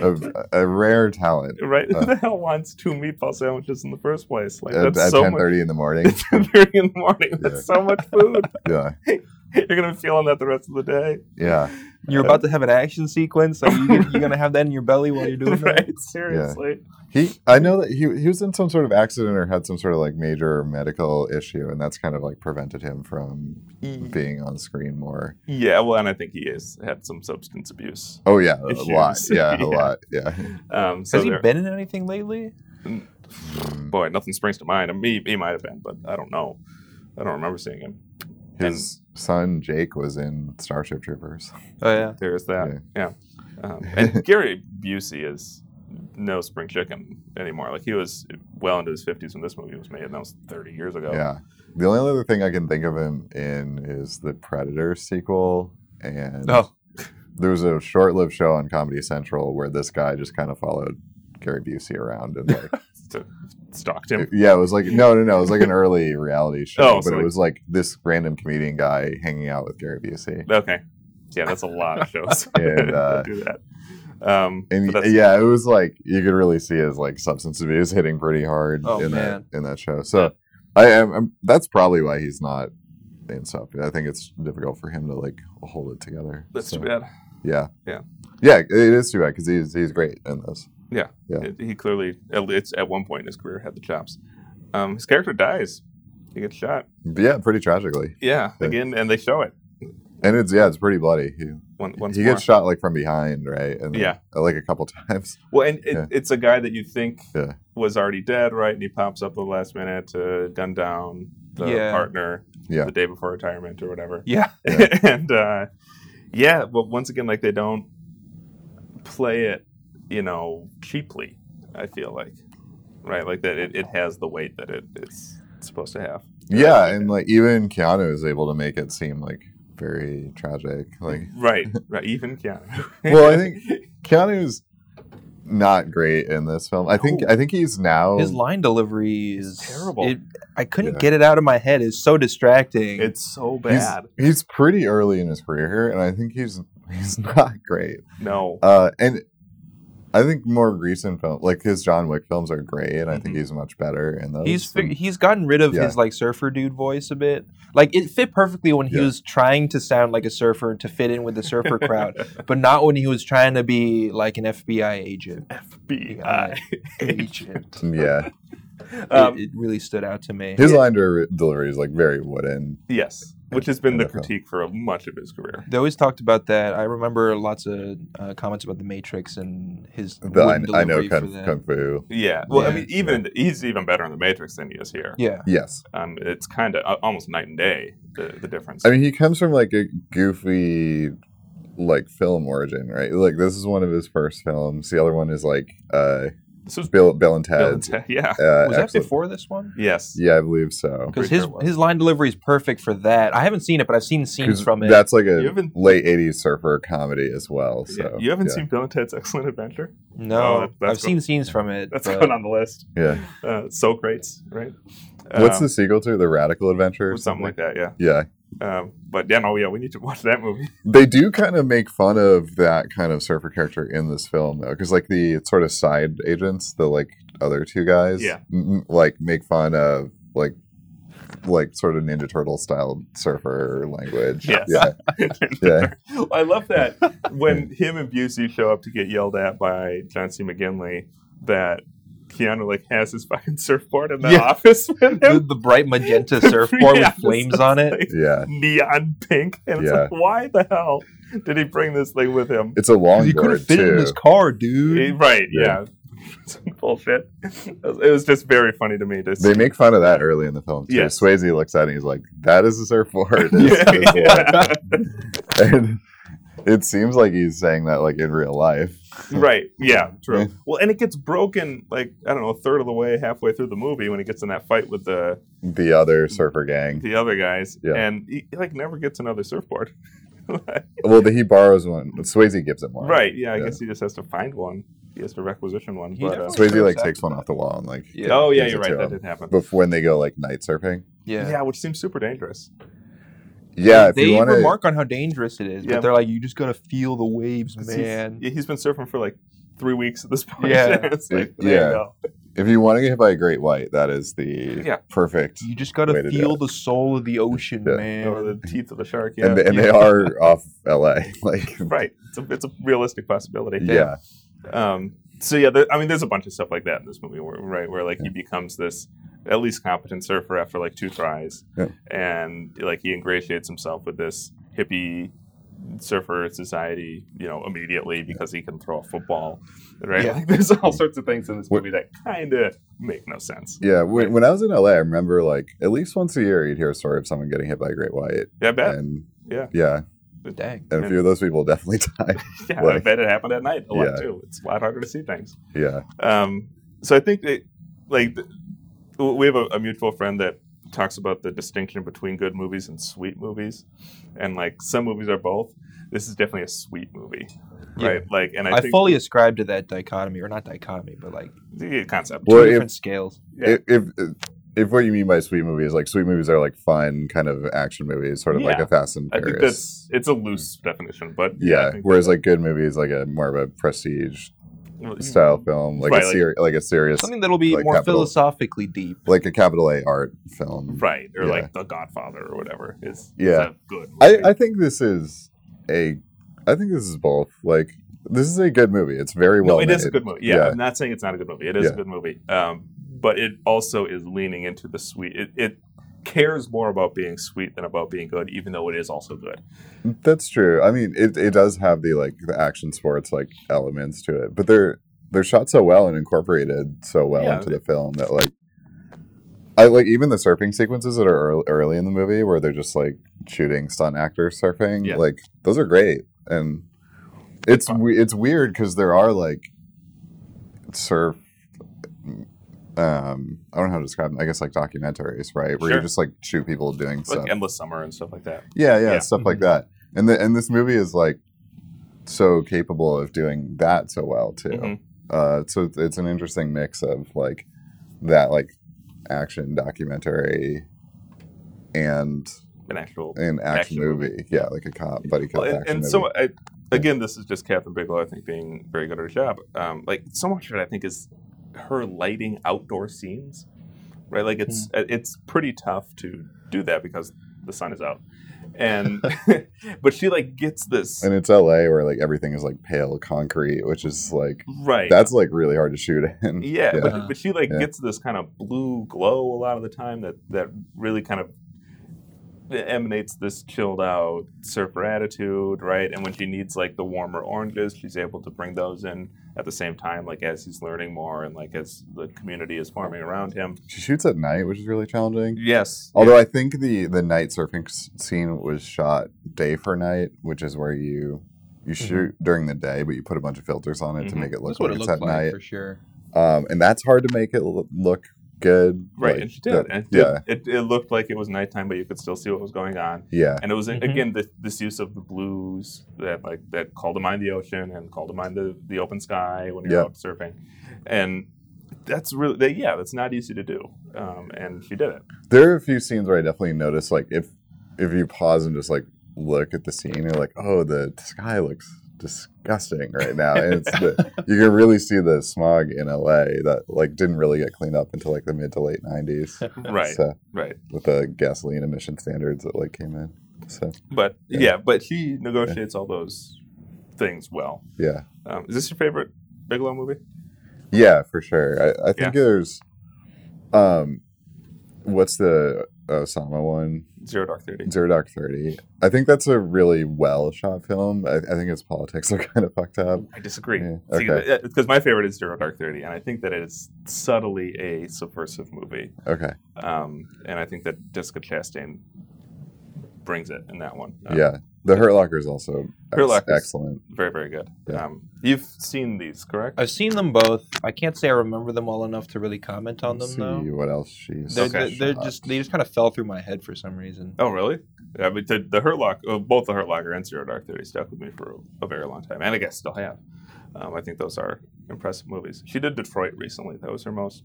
A: a, a rare talent.
B: right who
A: uh,
B: the hell wants two meatball sandwiches in the first place? Like
A: At,
B: that's
A: at
B: so
A: ten
B: much.
A: thirty in the morning.
B: Ten thirty in the morning. That's so much food.
A: yeah,
B: You're gonna be feeling that the rest of the day,
A: yeah.
C: You're about to have an action sequence. Are you, you're gonna have that in your belly while you're doing that.
B: right? Seriously.
A: He, I know that he he was in some sort of accident or had some sort of like major medical issue, and that's kind of like prevented him from
B: Mm.
A: being on screen more.
B: Yeah, well, and I think he has had some substance abuse.
A: Oh yeah, a lot.
B: Issues.
A: Yeah, a
B: Yeah.
A: lot. Yeah.
B: Um, so
C: Has he
B: there-
C: been in anything lately?
A: Mm-hmm.
B: boy, nothing springs to mind. I mean, he, he might have been, but I don't know. I don't remember seeing him.
A: His son Jake was in Starship Troopers.
C: Oh yeah.
B: There's that. Yeah. Um, and Gary Busey is no spring chicken anymore. Like he was well into his 50s when this movie was made, and that was 30 years ago.
A: Yeah. The only other thing I can think of him in is the Predator sequel, and
C: Oh.
A: there was a short-lived show on Comedy Central where this guy just kind of followed Gary Busey around and like
B: So, stalked him.
A: Yeah, it was like no, no, no. It was like an early reality show,
B: Oh,
A: but
B: so
A: it
B: like-
A: was like this random comedian guy hanging out with Gary Busey,
B: Okay. Yeah, that's a lot of shows
A: And, uh,
B: that do that. Um,
A: and
B: but that's-
A: yeah, it was like you could really see his like substance abuse hitting pretty hard
C: Oh,
A: in
C: man.
A: that in that show. So I am I'm, that's probably why he's not in stuff. I think it's difficult for him to like hold it together.
B: that's
A: So,
B: too bad.
A: Yeah,
B: Yeah.
A: yeah. It is too bad because he's he's great in this. Yeah.
B: It- he clearly, at least at one point in his career, had the chops. Um, his character dies. He gets shot.
A: But yeah, pretty tragically,
B: Yeah,
A: Yeah.
B: again, and they show it.
A: and it's yeah, it's pretty bloody. He,
B: One, once
A: he
B: more.
A: gets shot like from behind, right? And then-
B: Yeah.
A: like a couple times.
B: Well, and it,
A: Yeah.
B: it's a guy that you think
A: Yeah.
B: was already dead, right? And he pops up at the last minute to gun down the
C: Yeah.
B: partner
A: Yeah.
B: the day before retirement or whatever.
C: Yeah.
B: and uh, yeah, but once again, like they don't play it, you know, cheaply. I feel like, right? Like that, it, it has the weight that it, it's supposed to have.
A: Yeah, and like even Keanu is able to make it seem like very tragic. Like
B: Right, right. Even Keanu.
A: Well, I think- Keanu's not great in this film. I think I think he's now
C: His line delivery is
B: terrible.
C: It, I couldn't
A: Oh. Yeah.
C: get it out of my head. It's so distracting.
B: it's so
A: he's,
B: bad.
A: he's pretty early in his career here, and I think he's he's not great.
B: No,
A: Uh and I think more recent film like his John Wick films are great and I think
B: Mhm.
A: he's much better in those.
C: Mm-hmm. he's fig-
A: And-
C: he's gotten rid of
A: Yeah.
C: his like surfer dude voice a bit. Like it fit perfectly when he
A: Yeah.
C: was trying to sound like a surfer to fit in with the surfer crowd, but not when he was trying to be like an FBI agent.
B: FBI.
C: agent.
A: yeah.
B: Um,
C: it, it really stood out to me.
A: His line de- delivery is like very wooden.
B: Yes, which has been the
A: NFL.
B: critique for much of his career.
C: They always talked about that. I remember lots of uh, comments about the Matrix and his.
A: The, I,
C: wooden
A: I know
C: delivery for
A: kung,
C: that.
A: kung fu.
B: Yeah, well, I
C: Yeah.
B: mean, even in the- he's even better in the Matrix than he is here.
C: Yeah.
A: Yes.
B: Um, it's kind of almost night and day the, the difference.
A: I mean, he comes from like a goofy, like film origin, right? Like this is one of his first films. The other one is like uh,
B: This was
A: Bill, Bill and
B: Bill and
A: Ted.
B: Ted. Yeah.
A: Uh,
C: was that
A: excellent.
C: before this one?
B: Yes.
A: Yeah, I believe so.
B: Pretty
C: Because his
B: sure it was.
C: his line delivery is perfect for that. I haven't seen it, but I've seen scenes
A: 'Cause
C: from it.
A: That's like a
B: You haven't-
A: late '80s surfer comedy as well.
B: Yeah.
A: So
B: you haven't
A: yeah.
B: seen Bill and Ted's Excellent Adventure?
C: no,
B: Oh, that's
C: I've seen scenes from it.
B: That's
A: Uh,
C: but-
B: going on the list.
A: Yeah.
B: Uh, so greats, right?
A: What's
B: Um,
A: the sequel to The Radical Adventure?
B: or something like that? Yeah.
A: Yeah,
B: Um, but yeah, no, yeah, we need to watch that movie.
A: they do kind of make fun of that kind of surfer character in this film though, because like the sort of side agents, the like other two guys,
B: Yeah.
A: m- m- like make fun of like like sort of Ninja Turtle style surfer language.
B: Yes.
A: Yeah, yeah,
B: I love that when him and Busey show up to get yelled at by John C. McGinley that Keanu like has his fucking surfboard in the
A: Yeah.
B: office with
C: the,
B: him,
C: the bright magenta surfboard
B: Yeah,
C: with flames on it.
B: like
A: yeah.
B: neon pink, and it's
A: Yeah.
B: like, why the hell did he bring this thing with him?
A: It's a
C: he could
A: longboard
C: have fit it in
A: too.
C: his car,
B: He-
C: dude.
B: right? Yeah, Some bullshit. It was, it was just very funny to me to see.
A: They make fun of that early in the film too.
B: Yes.
A: Swayze looks at it and he's like, "That is a surfboard."
B: Yeah,
A: It's- it's-
B: yeah.
A: and it seems like he's saying that like in real life.
B: right. Yeah, true.
A: Yeah.
B: Well, and it gets broken like I don't know, a third of the way, halfway through the movie when he gets in that fight with the
A: The other surfer gang.
B: the other guys,
A: Yeah.
B: and he, he, like never gets another surfboard.
A: Well, the, he borrows one. Swayze gives him one.
B: right? Yeah, I
A: Yeah.
B: guess he just has to find one. He has to requisition one.
C: He
B: But, uh,
C: definitely-
A: Swayze like
C: Sure,
A: takes one off the wall and like.
C: Yeah.
B: oh yeah,
A: gives
B: you're
A: it to
B: right. That
A: him.
B: did happen.
A: But when they go like night surfing,
B: Yeah.
C: Yeah.
B: which seems super dangerous.
A: yeah, if
C: they
A: you want to,
C: remark on how dangerous it is,
B: Yeah.
C: but they're like, "You just gotta feel the waves,
B: 'Cause
C: man."
B: He's, he's been surfing for like three weeks at this point.
C: Yeah.
B: It's like,
A: Yeah.
B: there you go.
A: if you want to get hit by a great white, that is the
B: Yeah.
A: perfect.
C: You just
A: Way
C: gotta
A: to do
C: feel
A: it.
C: the soul of the ocean,
A: Yeah.
C: man.
B: Or the teeth of the shark. Yeah,
A: and they, and
B: yeah.
A: they are off L.A. Like,
B: right. It's a, it's a realistic possibility.
A: yeah,
B: Um, so yeah, there, I mean, there's a bunch of stuff like that in this movie, where, right? Where like he becomes this at least competent surfer after like two tries,
A: Yeah.
B: and like he ingratiates himself with this hippie surfer society, you know, immediately because he can throw a football, right?
C: Yeah.
B: Like, there's all sorts of things in this
A: What-
B: movie that kind of make no sense.
A: yeah. When, when I was in L.A., I remember like at least once a year you'd hear a story of someone getting hit by a great white,
B: Yeah, I bet.
A: and
B: Yeah.
A: yeah,
C: Dang.
A: and a few of those people definitely died.
B: Yeah, I
A: like-
B: bet it happened at night a lot
A: Yeah.
B: too. It's a lot harder to see things.
A: yeah,
B: Um, so I think that, like, th- we have a, a mutual friend that talks about the distinction between good movies and sweet movies, and like some movies are both. This is definitely a sweet movie,
C: Yeah.
B: right? Like, and I,
C: I,
B: think
C: fully ascribe to that dichotomy, or not dichotomy, but like two
B: the concept.
A: Well, if-
C: different scales.
B: Yeah.
A: If, if if what you mean by sweet movies, like sweet movies are like fun kind of action movies, sort of like
B: Yeah.
A: a Fast and
B: I think
A: Furious.
B: that's it's a loose definition, but I
A: yeah,
B: think
A: whereas like good movies, like a more of a prestige
B: that-
A: style film, like
B: Mm-hmm. Right,
A: a
B: like-
A: seri- like a serious,
C: Something that'll be
A: Like
C: more
A: capital.
C: philosophically deep.
A: like a capital A art film.
B: right? Or
A: Yeah.
B: like The Godfather or whatever. It's
A: Yeah.
B: it's a good.
A: I,
B: movie.
A: I think this is a, I think this is both. Like this is a good movie. It's very well.
B: no, it
A: made.
B: is a good movie. Yeah, I'm not saying it's not a good movie. It is a
A: Yeah.
B: good movie. Um, but it also is leaning into the sweet. It, it cares more about being sweet than about being good, even though it is also good.
A: that's true. I mean, it, it does have the like the action sports like elements to it, but they're they're shot so well and incorporated so well
B: Yeah.
A: into the film that like. I like even the surfing sequences that are early, early in the movie where they're just like shooting stunt actors surfing.
B: Yeah.
A: Like those are great, and it's we- it's weird because there are like surf. Um, I don't know how to describe. Them. I guess like documentaries, right? Where
B: Sure.
A: you just like shoot people doing stuff.
B: Like Endless Summer and stuff like that.
A: Yeah, yeah,
B: Yeah. Mm-hmm.
A: stuff like that. And the, and this movie is like so capable of doing that so well too.
B: Mhm.
A: Uh, so it's- it's an interesting mix of like that like action documentary and
B: An actual.
A: an action,
B: Action
A: movie. Yeah, like a cop buddy cop
B: Well, and,
A: action
B: and
A: movie.
B: so I, again, this is just Catherine Bigelow. I think being very good at her job. Um, like so much of it, I think, is her lighting outdoor scenes. Right, like it's
A: Hmm.
B: it's pretty tough to do that because the sun is out, and but she like gets this
A: and it's LA where like everything is like pale concrete, which is like
B: right. E
A: that's like really hard to shoot in.
B: Yeah,
C: Yeah.
B: But, but she like
A: Yeah.
B: gets this kind of blue glow a lot of the time that that really kind of emanates this chilled out surfer attitude, right? And when she needs like the warmer oranges, she's able to bring those in at the same time, like as he's learning more and like as the community is forming around him.
A: She shoots at night, which is really challenging.
B: Yes.
A: Although I think the the night surfing s- scene was shot day for night, which is where you you shoot during the day, but you put a bunch of filters on it
B: Mhm.
A: to make it look
C: Mm-hmm. That's what
A: like
C: it
A: it's
C: looked
A: at
C: like
A: night.
C: for sure.
A: um, and that's hard to make it l- look good.
B: Right,
A: like,
B: and she did.
A: that-
B: and it,
A: yeah.
B: did- it, it looked like it was nighttime, but you could still see what was going on.
A: yeah,
B: And it was
C: Mhm.
B: again the, this use of the blues that like that call to mind the ocean and call to mind the, the open sky when you're
A: Yeah.
B: out surfing, and that's really they, yeah that's not easy to do. Um, and she did it.
A: there are a few scenes where I definitely notice like if if you pause and just like look at the scene, you're like, oh, the sky looks disgusting right now, and it's the, you can really see the smog in LA that like didn't really get cleaned up until like the mid to late '90s.
B: Right,
A: So,
B: right.
A: with the gasoline emission standards that like came in. So
B: But yeah,
A: Yeah.
B: but she negotiates all those things well.
A: yeah,
B: Um, is this your favorite Bigelow movie?
A: yeah, for sure. I, I think there's, um, what's the Osama one?
B: Zero Dark Thirty.
A: Zero Dark Thirty. I think that's a really well shot film. I, I think its politics are kind of fucked up.
B: I disagree.
A: Yeah, okay.
B: Because my favorite is Zero Dark Thirty, and I think that it's subtly a subversive movie.
A: Okay,
B: Um, and I think that Jessica Chastain brings it in that one.
C: Oh.
B: Um,
A: yeah, The Hurt Locker is also
B: Hurt
A: ex-
B: Locker's-
A: excellent.
B: Very, very good.
A: Yeah.
B: Um, you've seen these, correct?
C: I've seen them both. I can't say I remember them all enough to really comment on them
A: Let's
C: though.
A: See what else she's.
C: They're,
B: Okay.
C: they're, they're
A: shot.
C: just they just kind of fell through my head for some reason.
B: oh, really? I mean, the, the Hurt Lock, uh, both the Hurt Locker and Zero Dark Thirty stuck with me for a, a very long time, and I guess still have. Um, I think those are impressive movies. She did Detroit recently. That was her most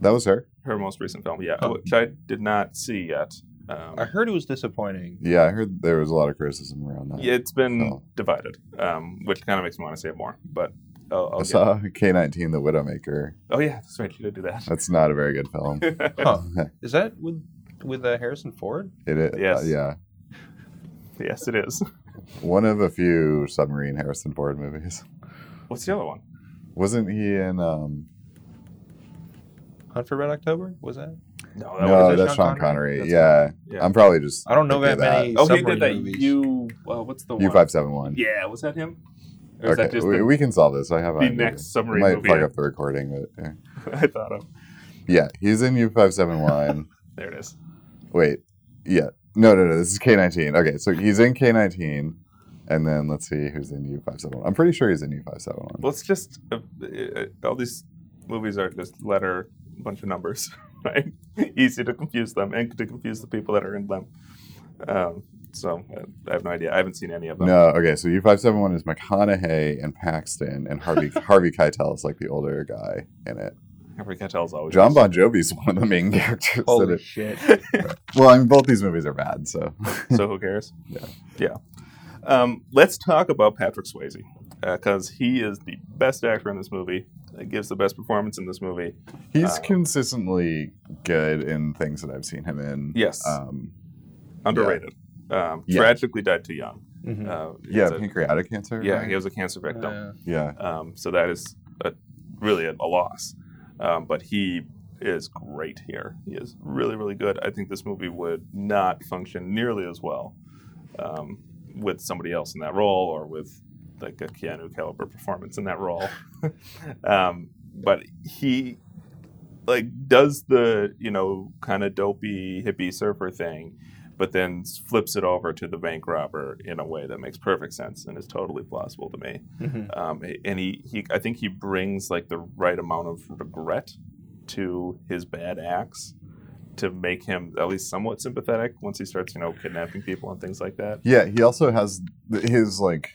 A: that was her.
B: her most recent film. Yeah,
C: Oh.
B: which I did not see yet. Um,
C: I heard it was disappointing.
A: Yeah, I heard there was a lot of criticism around that.
B: Yeah, it's been
A: Oh.
B: divided, um, which kind of makes me want to say it more. But I'll, I'll
A: I
B: get-
A: saw K nineteen, The Widowmaker.
B: oh yeah, that's right. You did do that.
A: That's not a very good film.
C: Huh. Is that with with uh, Harrison Ford?
A: It is. uh,
B: Yes.
A: yeah.
B: yes, it is.
A: One of a few submarine Harrison Ford movies.
B: What's the other one?
A: Wasn't he in? Um,
C: Hunt for Red October? Was that?
B: No, that
A: no,
B: was
A: that's Sean
C: Sean
A: Connery.
C: Connery? That's
A: yeah.
B: yeah.
A: I'm probably just.
C: I don't know
A: thinking
C: that
A: of
C: many.
B: oh, he
C: submarine
B: did that.
C: movies.
B: U. Uh, what's the
A: U
B: one?
A: five seven one.
B: Yeah, was that him? Or was
A: Okay,
B: that just
A: we,
B: the,
A: we can solve this. I have.
B: the
A: IMDb.
B: next
A: We
B: submarine
A: might
B: movie?
A: plug up the recording, but yeah,
B: I thought of.
A: yeah he's in U five seven one.
B: There it is.
A: Wait, yeah, no, no, no. This is K nineteen. Okay, so he's in K nineteen, and then let's see who's in U five seven one. I'm pretty sure he's in U five seven one.
B: Well, it's just uh, uh, all these movies are just letter bunch of numbers, right? Easy to confuse them and to confuse the people that are in them. Um, so uh, I have no idea. I haven't seen any of them.
A: No, okay. So U five seven one is McConaughey and Paxton and Harvey Harvey Keitel is like the older guy in it.
B: Harvey Keitel's always
A: John Bon Jovi's one of the main characters. in
C: Holy
A: it.
C: shit!
A: Well, I mean, both these movies are bad. So
B: so who cares?
A: Yeah.
B: yeah. Um, let's talk about Patrick Swayze because he is the best actor in this movie. He gives the best performance in this movie.
A: he's
B: Uh,
A: consistently good in things that I've seen him in.
B: Yes.
A: Um,
B: Underrated. Um,
A: Yeah. Mm-hmm.
B: Tragically died too young.
C: Mhm.
B: Uh, he
A: yeah,
B: was a-
A: pancreatic cancer.
B: yeah,
A: right?
B: he was a cancer victim.
C: Uh,
A: yeah.
B: Um, so that is a, really a, a loss. Um, but he is great here. He is really, really good. I think this movie would not function nearly as well um, with somebody else in that role or with like a Keanu caliber performance in that role. um, but he like does the you know kind of dopey hippie surfer thing but then flips it over to the bank robber in a way that makes perfect sense and is totally plausible to me
C: mhm.
B: um, and he, he I think he brings like the right amount of regret to his bad acts to make him at least somewhat sympathetic once he starts you know kidnapping people and things like that.
A: Yeah, he also has th- his like.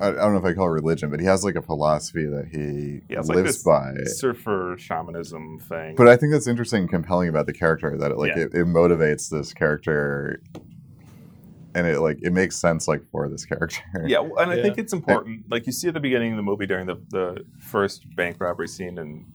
A: I I don't know if I call it religion, but he has like a philosophy that he
B: Yeah, it's like
A: lives
B: this-
A: by.
B: Surfer shamanism thing.
A: But I think that's interesting, and compelling about the character that it, like
B: Yeah.
A: it, it motivates this character, and it like it makes sense like for this character.
B: yeah, well, and I
C: Yeah.
B: think it's important. Like you see at the beginning of the movie during the, the first bank robbery scene, and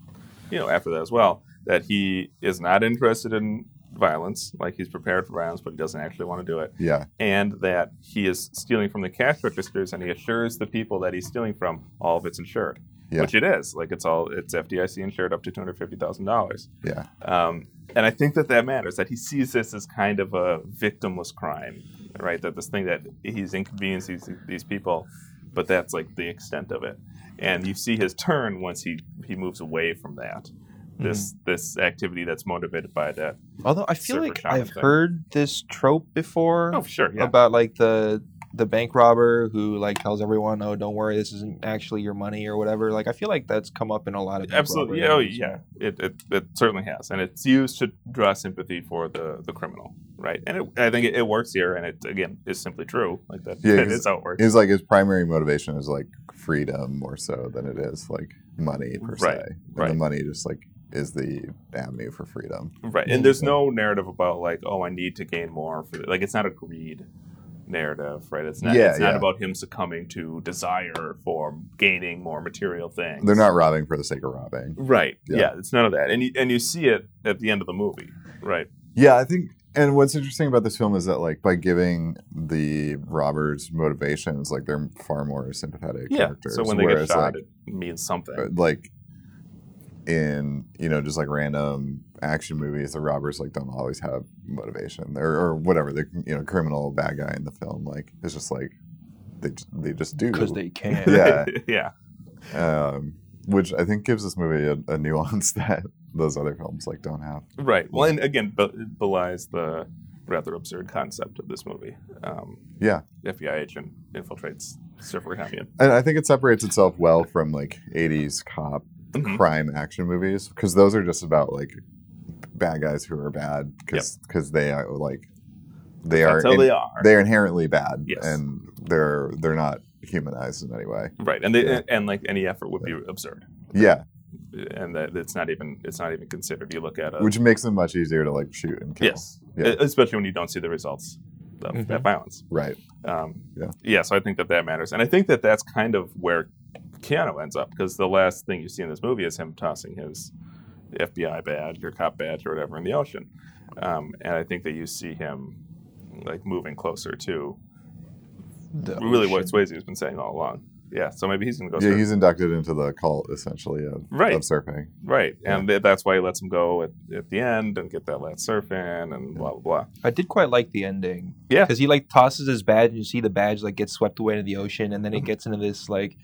B: you know after that as well, that he is not interested in violence. Like he's prepared for violence, but he doesn't actually want to do it.
A: yeah,
B: and that he is stealing from the cash registers and he assures the people that he's stealing from all of it's insured
A: Yeah.
B: which it is like it's all it's fdic insured up to $250000
A: yeah,
B: um, and i think that that matters that he sees this as kind of a victimless crime right that this thing that he's inconveniencing these- these people but that's like the extent of it and you see his turn once he he moves away from that
A: Mm-hmm.
B: this this activity that's motivated by that
C: Although I feel
B: Surfer
C: like
B: Shaman
C: I've
B: thing.
C: heard this trope before
B: oh sure yeah
C: about like the the bank robber who like tells everyone, "Oh, don't worry, this isn't actually your money" or whatever. Like I feel like that's come up in a lot of bank
B: Absolutely. Yeah,
C: robbery
B: oh,
C: movies.
B: yeah. It, it, it certainly has, and it's used to draw sympathy for the, the criminal, right? And it, I think it, it works here, and it again is simply true. Like that,
A: Yeah,
B: that
A: it's-
B: is how it works.
A: Is like his primary motivation is like freedom more so than it is like money per se.
B: Right,
A: And the
B: right.
A: money just like is the avenue for freedom.
B: Right. And there's no narrative about like, oh, I need to gain more for like it's not a greed narrative, right? It's not
A: Yeah,
B: it's not
A: yeah.
B: about him succumbing to desire for gaining more material things.
A: They're not robbing for the sake of robbing.
B: Right.
A: Yeah.
B: Yeah. it's none of that. And you, and you see it at the end of the movie, right?
A: Yeah, I think. And what's interesting about this film is that, like, by giving the robbers motivations, like, they're far more sympathetic characters.
B: So when they get
A: whereas,
B: shot,
A: like,
B: it means something.
A: uh, like, in you know, just like random action movies, the robbers like don't always have motivation or, or whatever. The you know, criminal bad guy in the film, like, it's just like they j- they just do
C: because they can.
A: Yeah.
B: yeah.
A: um, which I think gives this movie a, a nuance that those other films like don't have.
B: Right. Well, and again, be- it belies the rather absurd concept of this movie. Um,
A: Yeah.
B: FBI agent infiltrates Surfer Commune.
A: And I think it separates itself well from like 80s cop
B: Mhm.
A: crime action movies because those are just about like bad guys who are bad because they are like they are
B: That's how
A: in-
B: they are.
A: they're inherently bad
B: Yes.
A: and they're they're not humanized in any way.
B: Right, and they,
A: Yeah.
B: and, and like any effort would be absurd,
A: Yeah,
B: and that it's not even it's not even considered. You look at a
A: which makes them much easier to like shoot and kill.
B: Uh, yes,
A: Yeah.
B: E- especially when you don't see the results of
C: Mhm.
B: that violence.
A: Right.
B: Um,
A: Yeah.
B: so I think that that matters, and I think that that's kind of where Keanu ends up because the last thing you see in this movie is him tossing his FBI badge or cop badge or whatever in the ocean, um, and I think that you see him like moving closer to
C: The
B: really what
C: ocean.
B: Swayze has been saying all along. Yeah, so maybe he's gonna go.
A: Yeah,
B: surfing.
A: he's inducted into the cult essentially of,
B: Right.
A: of surfing.
B: Right, and th- that's why he lets him go at, at the end and get that last surf in and blah blah blah.
C: I did quite like the ending.
B: Yeah.
C: because he like tosses his badge, and you see the badge like get swept away into the ocean, and
A: Mm-hmm.
C: then it gets into this like.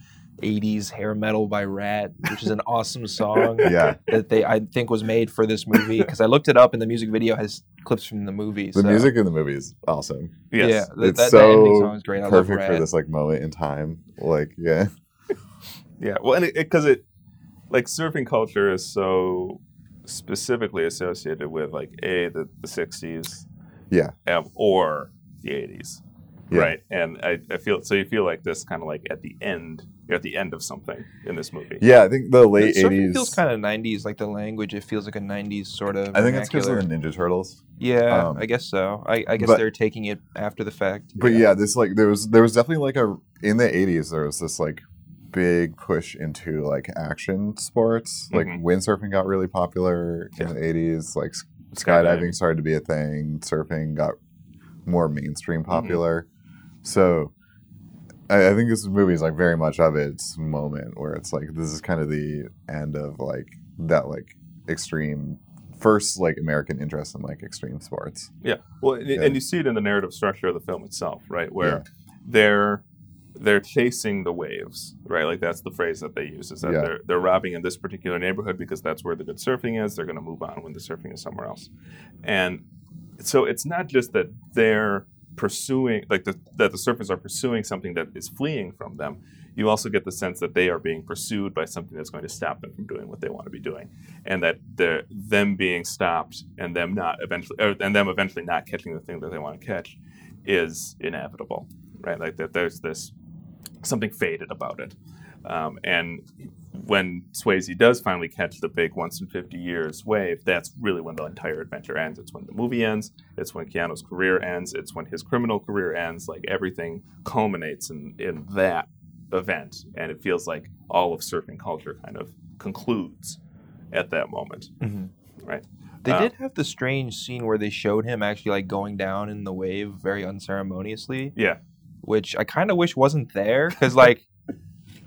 C: 80s hair metal by Rat, which is an awesome song.
A: Yeah.
C: that they I think was made for this movie because I looked it up and the music video has clips from the movie.
A: The
C: so-
A: music in the movie is awesome.
B: Yes.
C: yeah, that,
A: It's
C: that, that
A: so
C: ending song is great. I love
A: Perfect for
C: Rat.
A: this like moment in time. Like, yeah.
B: Yeah. Well, and because it, 'cause it, like, surfing culture is so specifically associated with like a the, the '60s,
A: Yeah.
B: um, or the '80s,
A: Yeah.
B: right? And I, I feel so you feel like this kind of like at the end, you're at the end of something in this movie.
A: Yeah, I think the late
C: Surfing
A: 80s
C: feels kind of 90s, like the language. It feels like a 90s sort of.
A: I think it's because of
C: vernacular.
A: the Ninja Turtles.
C: Yeah,
A: um,
C: I guess so. I, I guess
A: but-
C: they're taking it after the fact.
A: But yeah, this like there was there was definitely like a in the eighties there was this like big push into like action sports. Like
B: Mhm.
A: windsurfing got really popular in
B: Yeah.
A: the eighties. Like s- skydiving
B: Skydiving.
A: started to be a thing. Surfing got more mainstream popular. So I, I think this movie is like very much of its moment where it's like this is kind of the end of like that like extreme first like American interest in like extreme sports.
B: Yeah. Well, and,
A: Yeah.
B: and you see it in the narrative structure of the film itself, right? Where they're they're chasing the waves, right? Like that's the phrase that they use is that
A: Yeah.
B: they're they're robbing in this particular neighborhood because that's where the good surfing is. They're going to move on when the surfing is somewhere else, and so it's not just that they're pursuing like the, that the surfers are pursuing something that is fleeing from them. You also get the sense that they are being pursued by something that's going to stop them from doing what they want to be doing and that they're them being stopped and them not eventually or, and them eventually not catching the thing that they want to catch is inevitable right like that there's this something faded about it um, and when Swayze does finally catch the big once in 50 years wave, that's really when the entire adventure ends. It's when the movie ends. It's when Keanu's career ends. It's when his criminal career ends. Like everything culminates in, in that event. And it feels like all of surfing culture kind of concludes at that moment.
A: Mm-hmm.
B: Right.
C: They
B: Uh,
C: did have the strange scene where they showed him actually like going down in the wave very unceremoniously,
B: Yeah,
C: which I kind of wish wasn't there because like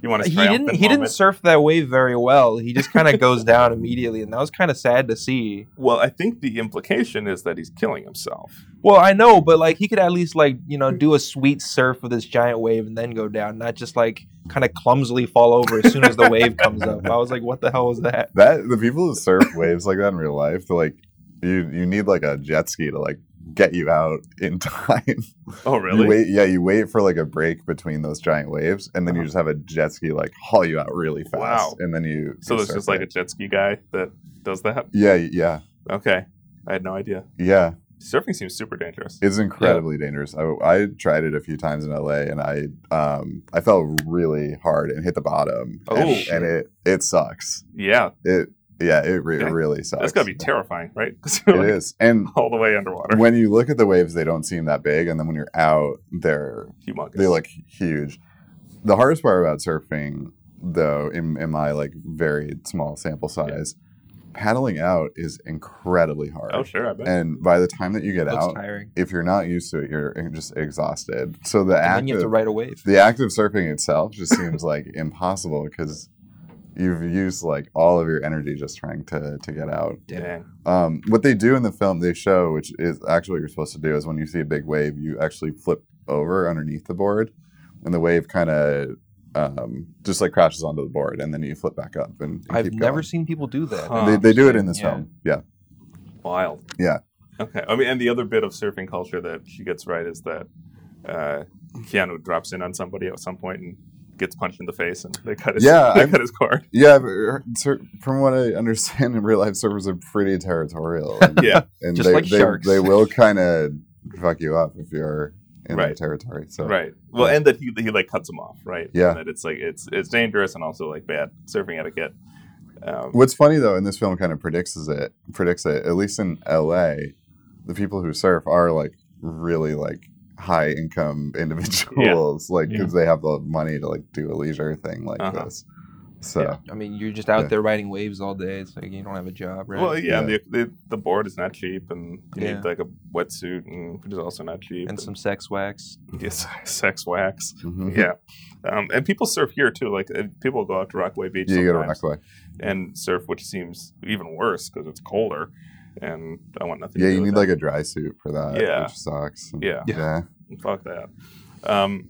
B: you want to.
C: he didn't he didn't surf that wave very well. He just kind of goes down immediately, and that was kind of sad to see.
B: Well, I think the implication is that he's killing himself.
C: Well, I know, but like he could at least like you know do a sweet surf with this giant wave and then go down, not just like kind of clumsily fall over as soon as the wave comes up. I was like, what the hell was that?
A: That the people who surf waves like that in real life, they're like you you need like a jet ski to like get you out in time.
B: Oh, really?
A: You wait, yeah, you wait for like a break between those giant waves, and then you
B: Uh-huh.
A: just have a jet ski like haul you out really fast,
B: Wow.
A: and then you.
B: so
A: you
B: there's
A: start
B: just like a
A: playing.
B: jet ski guy that does that.
A: yeah, yeah,
B: Okay, I had no idea.
A: yeah.
B: Surfing seems super dangerous.
A: It's incredibly dangerous. I, I tried it a few times in LA, and I um I fell really hard and hit the bottom,
B: Oh,
A: and,
B: shit.
A: and it it sucks.
B: Yeah,
A: It yeah, it, re-
B: Yeah.
A: really sucks.
B: that's gotta be terrifying, right? Because
A: It
B: you're like
A: is. and
B: all the way underwater.
A: when you look at the waves, they don't seem that big, and then when you're out, they're
B: Humongous.
A: they look huge. The hardest part about surfing, though, in, in my like very small sample size, paddling out is incredibly hard.
B: Oh, sure, I bet.
A: And by the time that you get
C: Looks
A: out,
C: tiring.
A: if you're not used to it, you're just exhausted. So the
C: And
A: act
C: then you have to
A: of-
C: ride a wave.
A: the act of surfing itself just seems like impossible because you've used like all of your energy just trying to to get out
B: Dang.
A: um, what they do in the film they show which is actually what you're supposed to do is when you see a big wave you actually flip over underneath the board and the wave kind of um, just like crashes onto the board and then you flip back up and, and
C: I've
A: keep
C: never
A: going.
C: seen people do that.
B: Huh.
A: they, they do it in this
C: Yeah.
A: film yeah
B: Wild.
A: Yeah.
B: Okay. I mean, and the other bit of surfing culture that she gets right is that uh, Keanu drops in on somebody at some point and gets punched in the face, and they cut his
A: Yeah,
B: they
A: I've-
B: cut his cord.
A: yeah but, uh, sur- from what i understand in real life surfers are pretty territorial and,
B: Yeah.
A: and
C: Just
A: they,
C: like
A: they,
C: sharks.
A: they will kind of fuck you up if you're in their
B: Right.
A: territory so
B: Right. Well,
A: Yeah.
B: and that he, he like cuts him off, right?
A: Yeah.
B: And that it's like it's it's dangerous and also like bad surfing etiquette. Um,
A: What's funny though, and this film kind of predicts is it predicts it. At least in L.A., the people who surf are like really like high income individuals, like 'cause like
B: Yeah.
A: because they have the money to like do a leisure thing like
B: Uh-huh.
A: this. So
B: Yeah.
C: I mean, you're just out
A: Yeah.
C: there riding waves all day. It's like you don't have a job, right?
B: Well, yeah,
A: Yeah.
B: The, the the board is not cheap, and you
C: Yeah.
B: need like a wetsuit, and which is also not cheap,
C: and some sex wax.
B: yes, sex wax.
A: mhm.
B: Yeah, um, and people surf here too. Like uh, people go out to Rockaway Beach
A: you go to
B: sometimes
A: Rockaway.
B: and surf, which seems even worse because it's colder, and I want nothing.
A: Yeah,
B: to do
A: you
B: with
A: need
B: that.
A: like a dry suit for that,
B: Yeah.
A: which sucks. And-
B: Yeah.
A: yeah.
B: Fuck that. Um,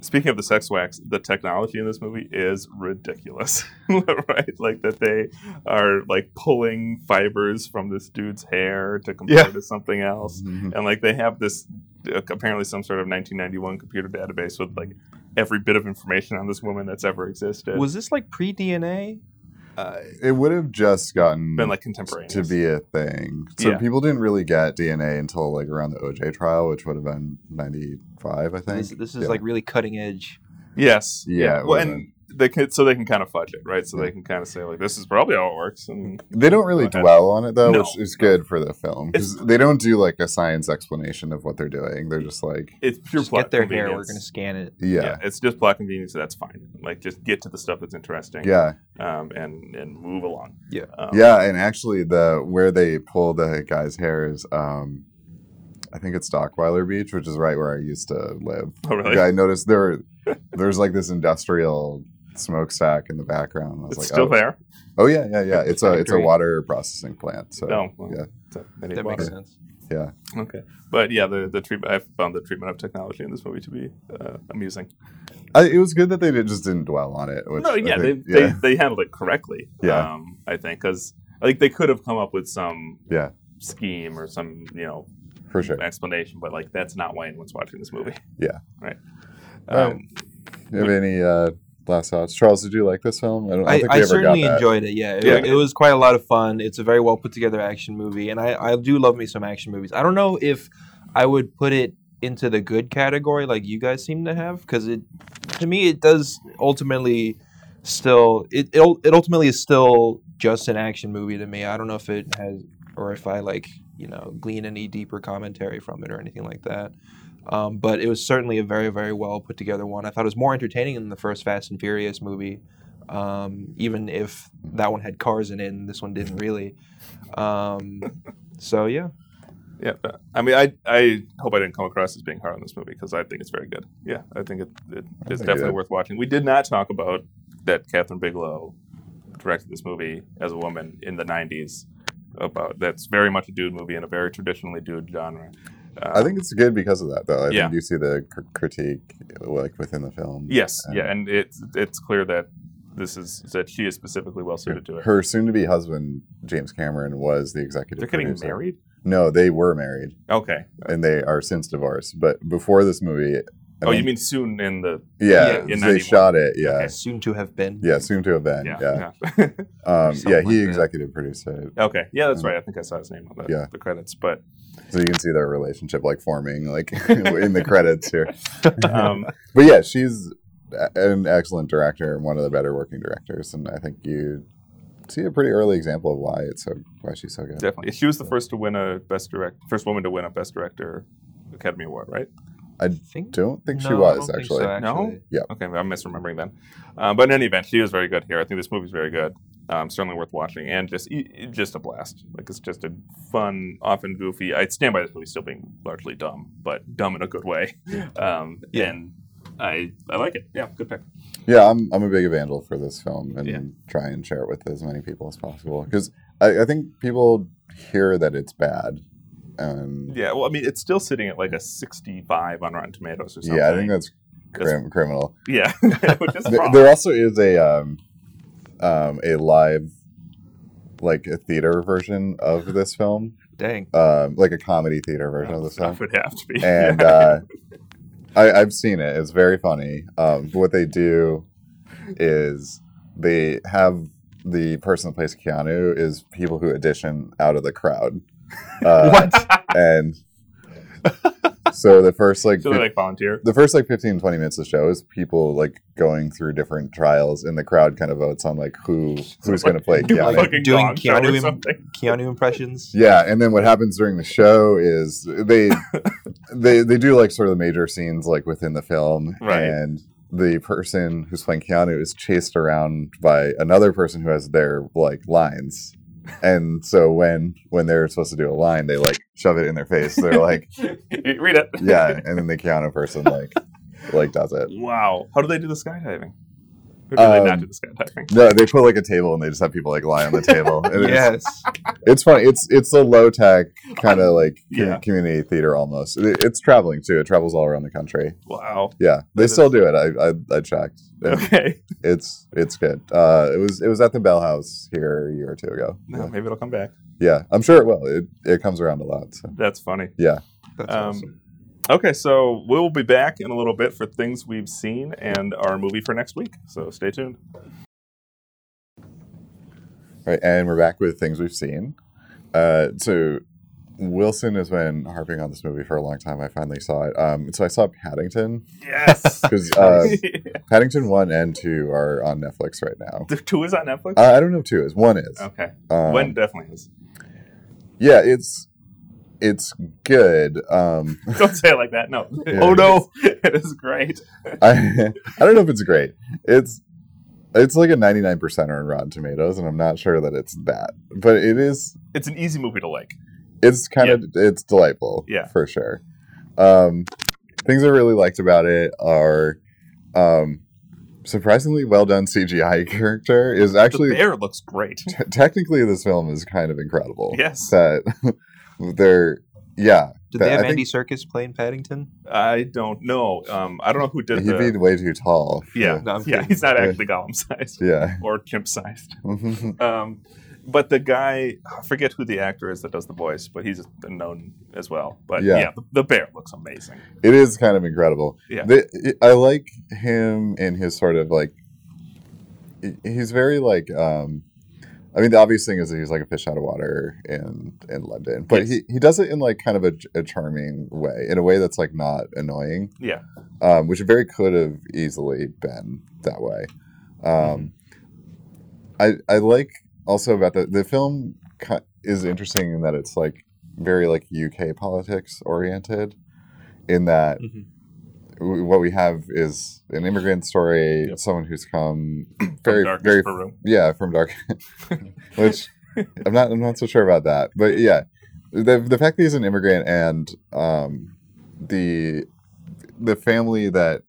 B: speaking of the sex wax, the technology in this movie is ridiculous, right? Like that they are like pulling fibers from this dude's hair to compare
A: Yeah.
B: to something else,
A: Mhm.
B: and like they have this uh, apparently some sort of 1991 computer database with like every bit of information on this woman that's ever existed.
C: Was this like pre DNA?
B: uh,
A: It would have just gotten
B: been like contemporaneous
A: to be a thing. So
B: Yeah.
A: people didn't really get DNA until like around the OJ trial, which would have been ninety five, I think.
C: This, this is
A: Yeah.
C: like really cutting edge.
B: Yes.
A: Yeah, it
B: Well,
A: would've
B: and they can so they can kind of fudge it, right? So
A: Yeah.
B: they can kind of say like, this is probably how it works, and
A: They don't really
B: Go ahead.
A: dwell on it though,
B: No.
A: which is good for the film because
B: It's-
A: they don't do like a science explanation of what they're doing. They're just like,
B: it's pure
C: Just
B: plot
C: get their hair. We're
B: convenience.
C: gonna scan it.
B: yeah.
A: yeah,
B: it's just plot convenience. So that's fine. Like, just get to the stuff that's interesting.
A: yeah,
B: Um, and and move along.
C: Yeah.
B: Um,
A: yeah. And actually, the where they pull the guy's hair is, um, I think it's Dockweiler Beach, which is right where I used to live.
B: Oh, really?
A: I noticed there, there's like this industrial smokestack in the background. I was
B: It's
A: like,
B: still
A: oh,
B: there.
A: oh yeah, yeah, yeah. It's a it's a
C: Factory.
A: water processing plant. So
B: no. Well,
A: yeah.
B: so they need
C: That
B: water.
C: makes sense.
B: Okay. But yeah, the the treatment. I found the treatment of technology in this movie to be uh, amusing.
A: I, it was good that they did, just didn't dwell on it. Which
B: no,
A: I
B: yeah,
A: think-
B: they,
A: yeah,
B: they they handled it correctly.
A: Yeah.
B: Um, I think because like they could have come up with some
A: Yeah.
B: scheme or some you know
A: for sure.
B: explanation, but like that's not why anyone's watching this movie.
A: Yeah.
B: Right.
A: Right.
B: Um,
A: You have any uh, last thoughts, Charles? Did you like this film? I don't I
C: I,
A: don't think
C: I
A: we ever got
C: certainly
A: that.
C: enjoyed it. Yeah, it,
B: Yeah.
C: it was quite a lot of fun. It's a very well put together action movie, and I, I do love me some action movies. I don't know if I would put it into the good category like you guys seem to have, because it to me it does ultimately still it it, ul- it ultimately is still just an action movie to me. I don't know if it has or if I like you know glean any deeper commentary from it or anything like that. Um, but it was certainly a very, very well put together one. I thought it was more entertaining than the first Fast and Furious movie, um, even if that one had cars in it and this one didn't really. Um, so yeah,
B: Yeah, but- I mean, I I hope I didn't come across as being hard on this movie because I think it's very good. Yeah, I think it, it
A: I think
B: it's
A: it
B: definitely
A: is.
B: worth watching. We did not talk about that Catherine Bigelow directed this movie as a woman in the '90s. About that's very much a dude movie in a very traditionally dude genre. Uh,
A: I think it's good because of that, though. I
B: Yeah.
A: think you see the cr- critique like within the film.
B: yes,
A: um,
B: yeah, and it's it's clear that this is that she is specifically well suited to it.
A: Her soon-to-be husband James Cameron was the executive.
B: They're getting
A: producer.
B: married.
A: No, they were married
B: Okay.
A: and they are since divorced. But before this movie, I
B: oh, you mean soon in the yeah,
A: yeah,
B: in
A: they
B: 91.
A: shot it. Yeah,
B: Okay.
C: Soon to have been.
A: yeah, soon to have been. Yeah, yeah.
B: yeah. yeah.
A: Um,
C: Something
A: yeah he
C: like that.
A: executive produced it,
B: okay. Yeah, that's
A: Mm.
B: right. I think I saw his name on the,
A: Yeah.
B: the credits, but
A: so you can see their relationship like forming like in the credits here.
B: um,
A: But yeah, she's a- an excellent director and one of the better working directors, and I think you see a pretty early example of why it's so why she's so good.
B: definitely she was the first to win a best direct, first woman to win a best director Academy Award, right?
C: think
A: Don't think she
C: No, I
A: was
C: don't think
A: actually.
C: so,
B: No?
C: actually.
B: Okay, I'm misremembering then. Um, but in any event, she is very good here. I think this movie's very good. Um, certainly worth watching, and just e- e- just a blast. Like it's just a fun, often goofy. I stand by this movie still being largely dumb, but dumb in a good way. Um,
C: Yeah.
B: And I I like it. Yeah, good pick.
A: Yeah, I'm I'm a big evangel for this film and
B: Yeah.
A: try and share it with as many people as possible because I, I think people hear that it's bad, and
B: Yeah, well, I mean, it's still sitting at like a 65 on Rotten Tomatoes or something.
A: yeah, I think that's
B: That's-
A: crim- criminal.
B: yeah, which is
A: There,
B: wrong.
A: there also is a um, um, a live like a theater version of this film,
C: Dang.
A: um, like a comedy theater version of this film.
B: Stuff would have to be.
A: and
B: yeah.
A: uh, I, I've seen it. It's very funny. Um, but what they do is they have the person that plays Keanu is people who audition out of the crowd, uh,
C: what?
A: and so the first like.
B: so they
A: fif-
B: like volunteer.
A: the first like 15 20 minutes of the show is people like going through different trials and the crowd kind of votes on like who who's going to play
B: Do
A: Keanu.
C: like-
B: fucking
C: doing
B: gong show
C: Keanu
B: or
C: in-
B: something.
C: Keanu impressions?
A: Yeah, and then what happens during the show is they they they do like sort of the major scenes like within the film,
B: Right.
A: and the person who's playing Keanu is chased around by another person who has their like lines. And so when when they're supposed to do a line, they like shove it in their face. They're like,
B: Read it.
A: yeah, and then the Keanu person like like does it.
B: Wow. How do they do the skydiving? Or do they
A: Um,
B: not do the skydiving?
A: No, they put like a table and they just have people like lie on the table. And it's-
C: Yes.
A: It's funny. It's it's a low tech kind of like com-
B: Yeah.
A: community theater almost. It, it's traveling too. It travels all around the country.
B: Wow.
A: Yeah, they
B: That
A: still do it. I I, I checked. And
B: Okay.
A: It's it's good. Uh, it was it was at the Bell House here a year or two ago.
B: Now
A: Yeah,
B: maybe it'll come back.
A: Yeah, I'm sure it will. It it comes around a lot. So.
B: That's funny.
C: That's
B: Um,
C: awesome.
B: Okay, so we'll be back in a little bit for things we've seen and our movie for next week. So stay tuned.
A: All right, and we're back with things we've seen. Uh, so Wilson has been harping on this movie for a long time. I finally saw it. Um, so I saw Paddington
B: Yes.
A: because uh, Paddington one and two are on Netflix right now. Uh,
B: the two is on Netflix?
A: I, I don't know if two is. One is.
B: okay.
A: Um,
B: when definitely is.
A: Yeah, it's it's good. Um,
B: Don't say it like that. No.
A: Yeah.
B: Oh no. It is great.
A: I I don't know if it's great. It's it's like a ninety nine percent on Rotten Tomatoes, and I'm not sure that it's that, but it is.
B: It's an easy movie to like.
A: It's kind of it's delightful.
B: Yeah.
A: for sure. Um, things I really liked about it are um, surprisingly well done CGI. Character is
B: the
A: actually
B: bear looks great.
A: t- technically this film is kind of incredible.
B: Yes.
A: that they're yeah.
C: Did they
A: I
C: have
A: think-
C: Andy Circus playing Paddington?
B: I don't know. Um, I don't know who did
A: He'd be
B: the.
A: way too tall.
B: Yeah,
C: No, I'm
B: yeah,
C: kidding.
B: he's not
A: Yeah.
B: actually golem sized
A: Yeah.
B: or chimp sized.
A: Mhm.
B: Um, but the guy, I forget who the actor is that does the voice, but he's known as well. But yeah,
A: Yeah.
B: the, the bear looks amazing.
A: it is kind of incredible.
B: Yeah.
A: The- I like him in his sort of like. he- He's very like. um I mean, the obvious thing is that he's like a fish out of water in in London, but
B: Yes.
A: he, he does it in like kind of a, a charming way, in a way that's like not annoying,
B: Yeah,
A: um, which very could have easily been that way.
B: Mm-hmm.
A: Um, I I like also about the the film ki- is interesting in that it's like very like UK politics oriented, in that
B: Mm-hmm.
A: w- what we have is an immigrant story,
B: Yep.
A: someone who's come
B: very,
A: very,
B: darkest
A: very,
B: Peru.
A: yeah, from dark, which I'm not, I'm not so sure about that, but yeah, the the fact that he's an immigrant and um, the the family that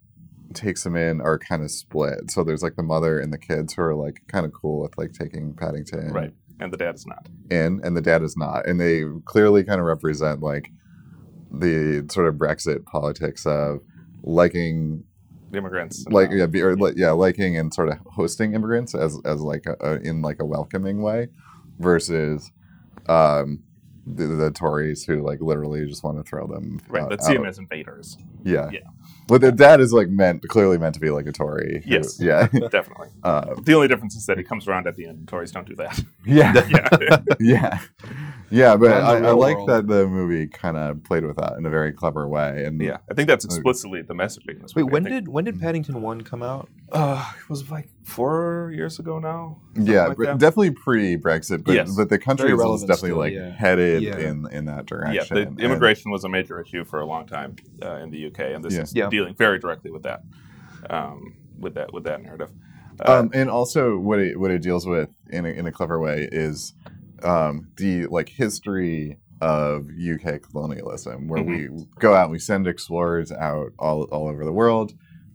A: takes him in are kind of split. So there's like the mother and the kids who are like kind of cool with like taking Paddington
B: right, and the dad is not.
A: in and the dad is not and they clearly kind of represent like the sort of brexit politics of liking
B: The immigrants, and,
A: like
B: uh,
A: yeah, be, or, li- yeah liking and sort of hosting immigrants as as like a, a, in like a welcoming way versus um the, the Tories who like literally just want to throw them.
B: Right.
A: out-
B: Let's see
A: out.
B: them as invaders.
A: Yeah.
B: Yeah.
A: But th- that is like meant clearly meant to be like a Tory. who-
B: Yes.
A: Yeah.
B: Definitely.
A: Uh,
B: The only difference is that it comes around at the end. Tories don't do that.
A: yeah.
B: yeah.
A: yeah. Yeah. But
C: Not
A: I,
C: in the
A: I
C: real
A: like
C: world.
A: that the movie kind of played with that in a very clever way. And
B: Yeah. I think that's explicitly the messaging. in this
C: Wait,
B: movie. I
C: when
B: think-
C: did when did Paddington One come out?
B: Uh, it was like four years ago now. Something
A: Yeah,
B: like
A: but
B: that.
A: definitely pre Brexit, but,
B: Yes.
A: but the country
C: Very
A: was
C: relevant
A: definitely
C: still,
A: like
C: yeah.
A: headed
C: Yeah.
A: in in that
B: Yeah,
A: direction.
B: the
A: and-
B: immigration was a major issue for a long time uh, in the UK, and this
A: Yeah.
B: is
C: Yeah.
B: dealing very directly with that, um, with that, with that narrative. Uh,
A: um, and also what it what it deals with in a, in a clever way is um, the like history of UK colonialism, where we
B: Mm-hmm.
A: go out, we send explorers out all all over the world.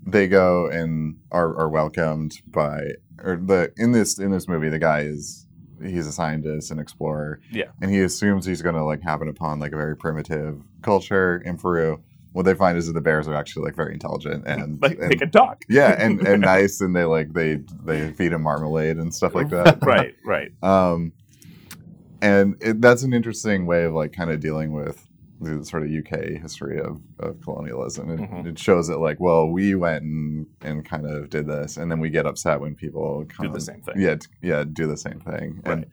A: They go and are, are welcomed by or the in this in this movie the guy is he's a scientist an explorer
B: Yeah.
A: and he assumes he's going to like happen upon like a very primitive culture in Peru. What they find is that the bears are actually like very intelligent and
B: like
A: and
B: they can talk,
A: yeah and, and nice and they like they they feed him marmalade and stuff like that
B: right? Right.
A: um and it, that's an interesting way of like kind of dealing with the sort of uk history of, of colonialism it,
B: Mhm.
A: it shows that like well we went and, and kind of did this and then we get upset when people come
B: Do the same thing.
A: Um, yeah t- yeah do the same thing
B: Right.
A: and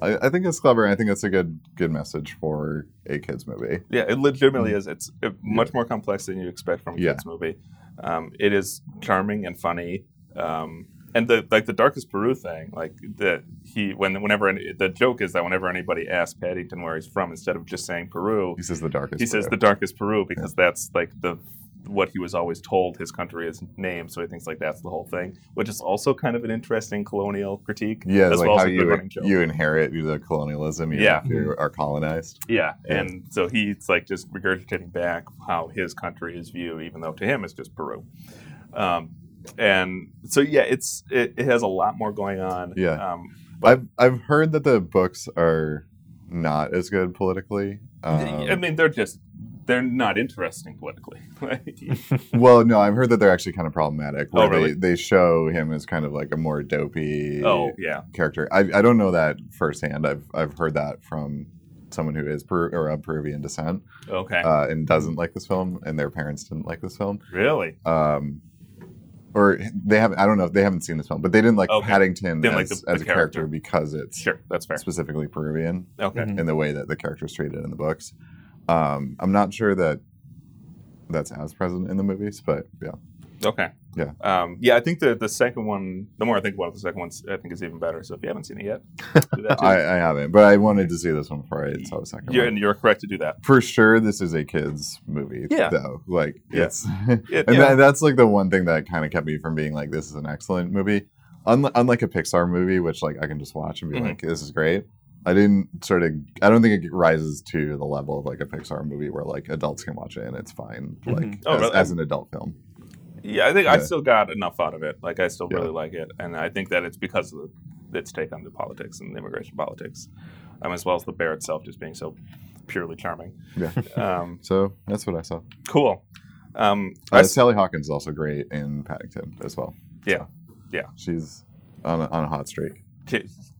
A: I, I think it's clever and i think it's a good good message for a kids movie
B: Yeah, it legitimately is. It's uh, much more complex than you expect from a
A: Yeah.
B: kids movie. Um, it is charming and funny, um, and the like the darkest Peru thing. Like the he when whenever any, the joke is that whenever anybody asks Paddington where he's from, instead of just saying Peru,
A: he says the darkest
B: he says
A: blue.
B: the darkest Peru because that's like the what he was always told his country is named. So he thinks like that's the whole thing, which is also kind of an interesting colonial critique.
A: yeah,
B: as
A: like
B: well
A: how
B: as a good
A: you
B: running joke.
A: you inherit the colonialism, you
B: Yeah.
A: if you are colonized.
B: Yeah,
A: Yeah.
B: and so he's like just regurgitating back how his country is viewed, even though to him it's just Peru. Um, and so yeah, it's it, it has a lot more going on.
A: Yeah.
B: um, but
A: I've I've heard that the books are not as good politically. Um,
B: I mean, they're just they're not interesting politically. Right?
A: well, no, I've heard that they're actually kind of problematic.
B: Oh,
A: Where
B: really?
A: they, they show him as kind of like a more dopey
B: oh yeah,
A: character. I, I don't know that firsthand. I've I've heard that from someone who is Peru, or of Peruvian descent
B: okay,
A: uh, and doesn't like this film, and their parents didn't like this film.
B: really?
A: Um, or they haven't. I don't know if they haven't seen this film, but they didn't like
B: Okay.
A: Paddington
B: Didn't like
A: as,
B: the-
A: as
B: the
A: a character,
B: character.
A: because it's
B: Sure, that's fair. Mm-hmm.
A: specifically Peruvian.
B: Okay,
C: Mhm.
A: in the way that the character's treated in the books. Um, I'm not sure that that's as present in the movies, but yeah.
B: okay,
A: Yeah.
B: um, yeah. I think the the second one. The more I think about it, the second one, I think is even better. So if you haven't seen it yet, do that too.
A: I, I haven't, but I wanted to see this one before I saw the second
B: you're,
A: one.
B: and you're correct to do that.
A: For sure, this is a kids' movie,
B: Yeah.
A: though. Like,
B: Yeah.
A: it's and
B: It- yeah.
A: that, that's like the one thing that kind of kept me from being like, this is an excellent movie. Unlike, unlike a Pixar movie, which like I can just watch and be
B: Mhm.
A: like, this is great. I didn't sort of. I don't think it rises to the level of like a Pixar movie where like adults can watch it and it's fine, like
C: Mhm.
B: Oh,
A: as,
B: really?
A: as an adult film.
B: Yeah, I think I
A: Yeah.
B: still got enough out of it. Like I still
A: Yeah.
B: really like it, and I think that it's because of the, its take on the politics and the immigration politics, um, as well as the bear itself just being so purely charming.
A: Yeah.
B: Um,
A: So that's what I saw.
B: cool. Um, I
A: Uh,
B: s-
A: Sally Hawkins is also great in Paddington as well.
B: Yeah.
A: So
B: Yeah.
A: She's on a, on a hot streak.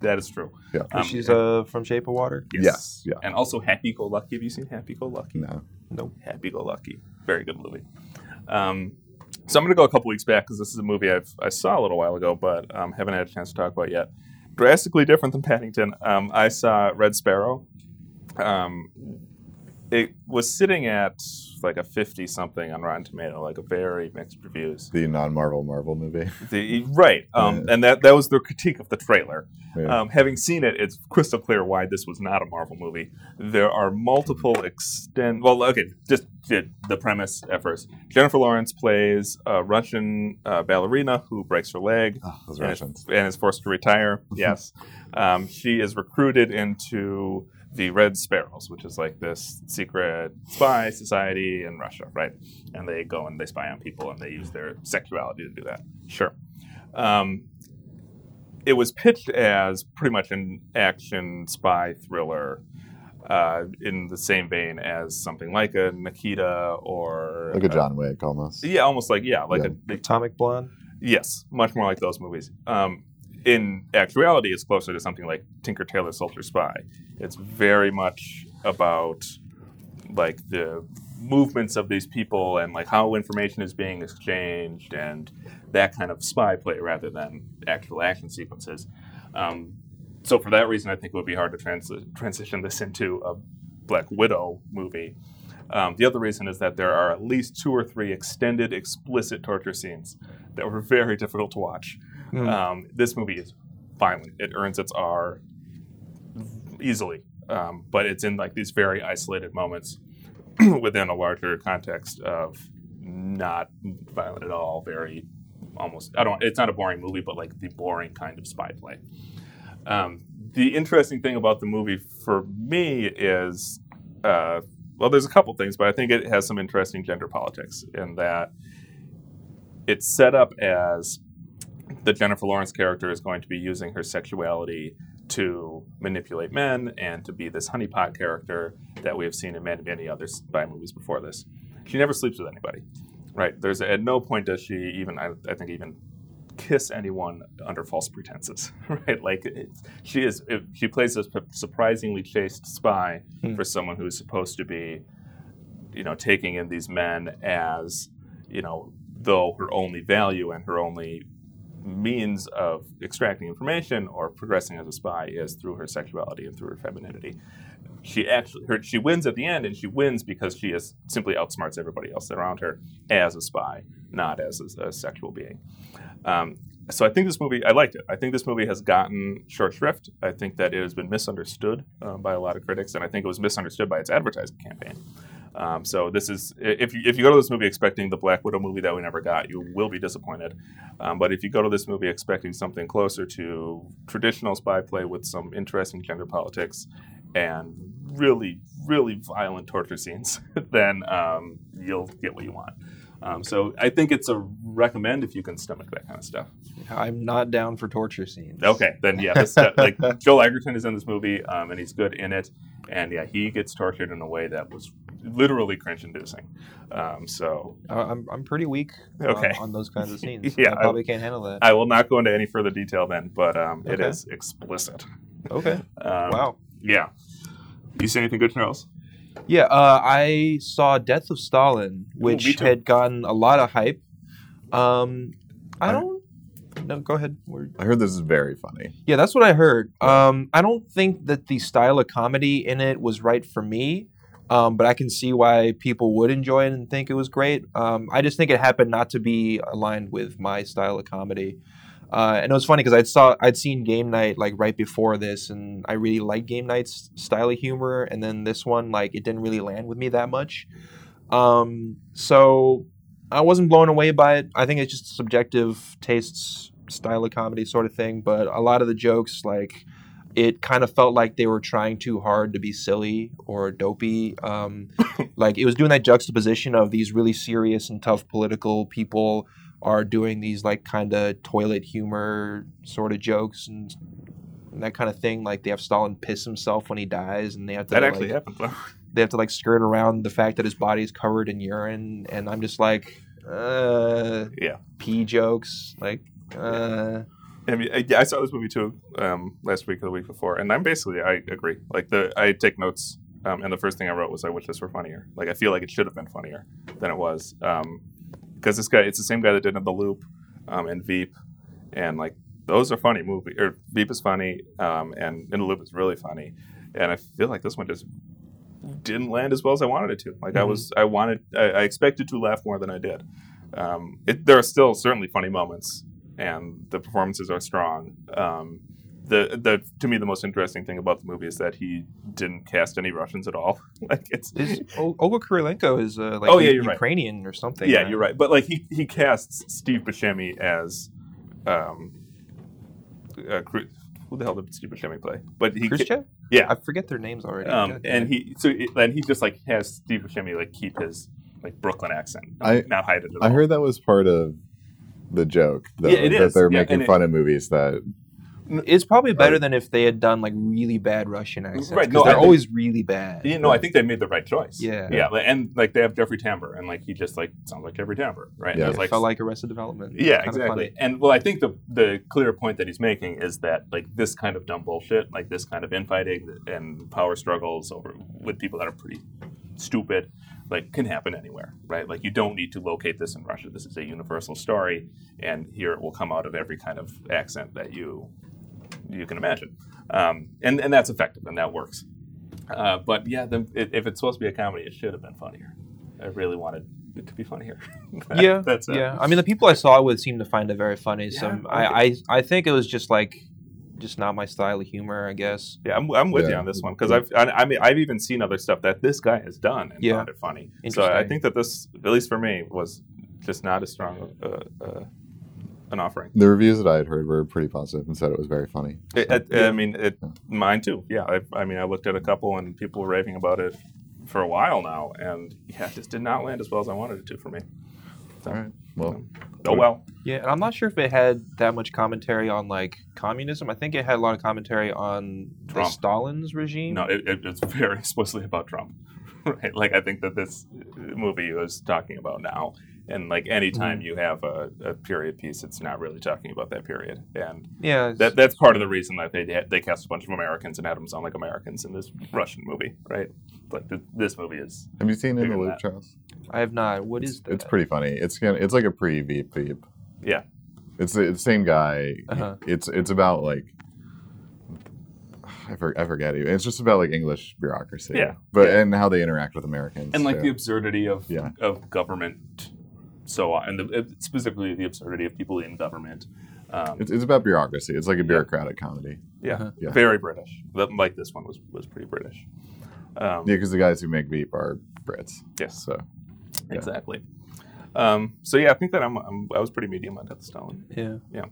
B: that is true.
A: Yeah.
B: Um,
C: She's uh, from Shape of Water.
A: Yes, yeah.
B: And also Happy Go Lucky. Have you seen Happy Go Lucky?
A: No.
C: Nope.
B: Happy Go Lucky. Very good movie. Um, so I'm going to go a couple weeks back because this is a movie I've, I saw a little while ago, but um, haven't had a chance to talk about yet. Drastically different than Paddington. Um, I saw Red Sparrow. Um, it was sitting at like a 50 something on Rotten Tomato, like a very mixed reviews.
A: The non Marvel Marvel movie.
B: The, right. Um,
A: Yeah.
B: And that, that was their critique of the trailer.
A: Yeah.
B: Um, having seen it, it's crystal clear why this was not a Marvel movie. There are multiple extend. Well, okay, just the, the premise at first. Jennifer Lawrence plays a Russian uh, ballerina who breaks her leg
A: Ah, those
B: and is,
A: Russians.
B: and is forced to retire. Yes, um, she is recruited into the Red Sparrows, which is like this secret spy society in Russia, right? And they go and they spy on people and they use their sexuality to do that. Sure. Um, it was pitched as pretty much an action spy thriller. Uh, in the same vein as something like a Nikita or
A: Like a
B: uh,
A: John Wick almost.
B: yeah, almost like yeah, like
A: Yeah.
B: a
C: Atomic Blonde.
B: Yes, much more like those movies. Um, in actuality, it's closer to something like Tinker Tailor Soldier Spy. It's very much about like the movements of these people and like how information is being exchanged and that kind of spy play rather than actual action sequences. Um, so for that reason, I think it would be hard to trans- transition this into a Black Widow movie. Um, the other reason is that there are at least two or three extended, explicit torture scenes that were very difficult to watch.
C: Mm.
B: Um, this movie is violent. It earns its R easily, um, but it's in like these very isolated moments within a larger context of not violent at all. Very almost. I don't. It's not a boring movie, but like the boring kind of spy play. Um, the interesting thing about the movie for me is, uh, well, there's a couple things, but I think it has some interesting gender politics in that it's set up as the Jennifer Lawrence character is going to be using her sexuality to manipulate men and to be this honeypot character that we have seen in many, many other spy movies before this. She never sleeps with anybody, right? There's at no point does she even, I, I think, even kiss anyone under false pretenses, right? Like it's, she is, it, she plays this surprisingly chaste spy
C: Hmm.
B: for someone who is supposed to be, you know, taking in these men as, you know, though her only value and her only means of extracting information or progressing as a spy is through her sexuality and through her femininity. She actually her, she wins at the end, and she wins because she is simply outsmarts everybody else around her as a spy, not as a, a sexual being. Um, so I think this movie, I liked it. I think this movie has gotten short shrift. I think that it has been misunderstood uh, by a lot of critics, and I think it was misunderstood by its advertising campaign. Um, so this is if you, if you go to this movie expecting the Black Widow movie that we never got, you will be disappointed. Um, but if you go to this movie expecting something closer to traditional spy play with some interesting gender politics and really, really violent torture scenes, then um, you'll get what you want. Um, so I think it's a recommend if you can stomach that kind of stuff.
C: I'm not down for torture scenes.
B: Okay, then yeah, this, that, like Joel Egerton is in this movie, um, and he's good in it, and yeah, he gets tortured in a way that was literally cringe-inducing. Um, so
C: I- I'm, I'm pretty weak on-
B: Okay.
C: on, those kinds of scenes.
B: Yeah,
C: I
B: I-
C: probably can't handle that.
B: I will not go into any further detail then, but um, it
C: Okay.
B: is explicit.
C: okay.
B: Um,
C: Wow.
B: Yeah. You see anything good, Charles?
C: Yeah, uh, I saw Death of Stalin,
B: me
C: which
B: too.
C: had gotten a lot of hype. Um, I
A: I-
C: don't. No, go ahead. We're-
A: I heard this is very funny.
C: Yeah, that's what I heard. Um, I don't think that the style of comedy in it was right for me, um, but I can see why people would enjoy it and think it was great. Um, I just think it happened not to be aligned with my style of comedy. Uh, and it was funny because I saw I'd seen Game Night like right before this, and I really liked Game Night's style of humor. And then this one, like, it didn't really land with me that much. Um, so I wasn't blown away by it. I think it's just subjective tastes, style of comedy sort of thing. But a lot of the jokes, like, it kind of felt like they were trying too hard to be silly or dopey. Um, like, it was doing that juxtaposition of these really serious and tough political people are doing these, like, kind of toilet humor sort of jokes and. and that kind of thing, like they have Stalin piss himself when he dies, and they have to
B: That
C: like,
B: actually happened. though.
C: they have to like skirt around the fact that his body's covered in urine and i'm just like uh
B: Yeah.
C: pee jokes like uh
B: I mean, I, yeah, I saw this movie too um, last week or the week before, and I'm basically I agree. Like the I take notes, um, and the first thing I wrote was I wish this were funnier. Like I feel like it should have been funnier than it was, because this guy it's the same guy that did the Loop um, and Veep, and like those are funny movie or Veep is funny, um, and In the Loop is really funny, and I feel like this one just didn't land as well as I wanted it to. Like I
C: Mhm.
B: was I wanted I, I expected to laugh more than I did. Um, it, there are still certainly funny moments and the performances are strong. Um, the, the to me the most interesting thing about the movie is that he didn't cast any Russians at all. like it's
C: is o- Olga Kurilenko is uh, like
B: Oh, yeah,
C: U-
B: you're right.
C: Ukrainian or something. uh,
B: yeah, you're right. But like he he casts Steve Buscemi as um, uh, Kru- who the hell did Steve Buscemi play? But he ca-
C: Khrushchev?
B: yeah,
C: I forget their names already.
B: um,
C: God damn
B: and
C: it.
B: he so it- and he just like has Steve Buscemi like keep his like Brooklyn accent,
A: I-
B: not hide it. At
A: I
B: all.
A: heard that was part of the joke though,
B: Yeah, it
A: that
B: is.
A: they're
B: Yeah,
A: making
B: and it-
A: fun of movies that
C: it's probably better than if they had done like really bad Russian accents.
B: Right,
C: 'cause
B: no, I
C: they're
B: think-
C: always really bad.
B: You know, I think they made the right choice.
C: Yeah.
B: yeah, like, and like they have Jeffrey Tambor, and like he just like sounds like Jeffrey Tambor, right? And
A: Yeah.
B: it
C: it
B: was,
C: felt like Arrested Development.
B: Yeah,
C: Kinda
B: exactly.
C: funny.
B: And well, I think the the clear point that he's making is that like this kind of dumb bullshit, like this kind of infighting and power struggles over with people that are pretty stupid like can happen anywhere right like you don't need to locate this in russia this is a universal story and here it will come out of every kind of accent that you you can imagine um, and and that's effective and that works uh, but yeah the, i- if it's supposed to be a comedy it should have been funnier i really wanted it to be funnier That-
C: yeah,
B: that's uh, it.
C: yeah. I mean, the people I saw it with seemed to find it very funny.
B: Yeah,
C: Some, I, I, I think it was just like, just not my style of humor, I guess.
B: Yeah, I'm, I'm with
A: Yeah.
B: you on this one because I've I, I mean I've even seen other stuff that this guy has done and
C: Yeah.
B: found it funny. So I
C: Interesting.
B: think that this, at least for me, was just not as strong uh, uh, an offering.
A: The reviews that I had heard were pretty positive and said it was very funny.
B: It, it- I mean, it,
A: Yeah.
B: mine too. Yeah, I, I mean, I looked at a couple and people were raving about it for a while now, and yeah, it just did not land as well as I wanted it to for me.
A: All right. Well,
B: Oh well.
C: Yeah, and I'm not sure if it had that much commentary on like communism. I think it had a lot of commentary on the
B: Trump.
C: Stalin's regime.
B: No, it, it, it's very explicitly about Trump. Right? Like, I think that this movie was talking about now. And, like, anytime you have a, a period piece, it's not really talking about that period. And
C: Yeah, it's-
B: that, that's part of the reason that they had- they cast a bunch of Americans and had them sound like Americans in this Russian movie, right? Like, th- this movie is.
A: have you seen In the
B: Figured
A: Loop,
B: that.
A: Charles?
C: I have not. What is that?
A: It's pretty funny. It's gonna, it's like a pre Veep Veep.
B: Yeah.
A: It's the it's the same guy.
C: Uh-huh.
A: It's it's about like I, for, I forget even. It's just about like English bureaucracy.
B: Yeah.
A: But
B: Yeah.
A: and how they interact with Americans.
B: And, like, the
A: too.
B: absurdity of,
A: Yeah.
B: of government, so on, and the, specifically the absurdity of people in government. Um,
A: it's, it's about bureaucracy. It's like a bureaucratic comedy.
B: yeah,
C: Uh-huh.
A: Yeah.
B: very British. Th- Like, this one was, was pretty British. Um,
A: Yeah, because the guys who make Veep are Brits.
B: Yes.
A: So Yeah.
B: Exactly. Um, so yeah, I think that I'm, I'm I was pretty medium on Death Stalin.
C: yeah.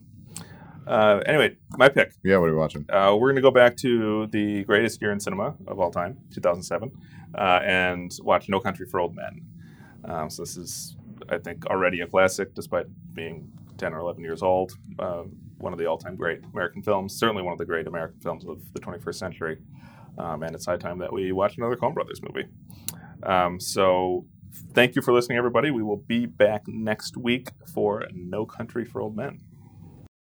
B: Uh, anyway, my pick.
A: yeah, what are we watching?
B: Uh, we're going to go back to the greatest year in cinema of all time, 2007, uh, and watch No Country for Old Men. Um, so this is, I think, already a classic, despite being 10 or 11 years old. Uh, one of the all-time great American films, certainly one of the great American films of the 21st century. Um, and it's high time that we watch another Coen Brothers movie. Um, so thank you for listening, everybody. We will be back next week for No Country for Old Men.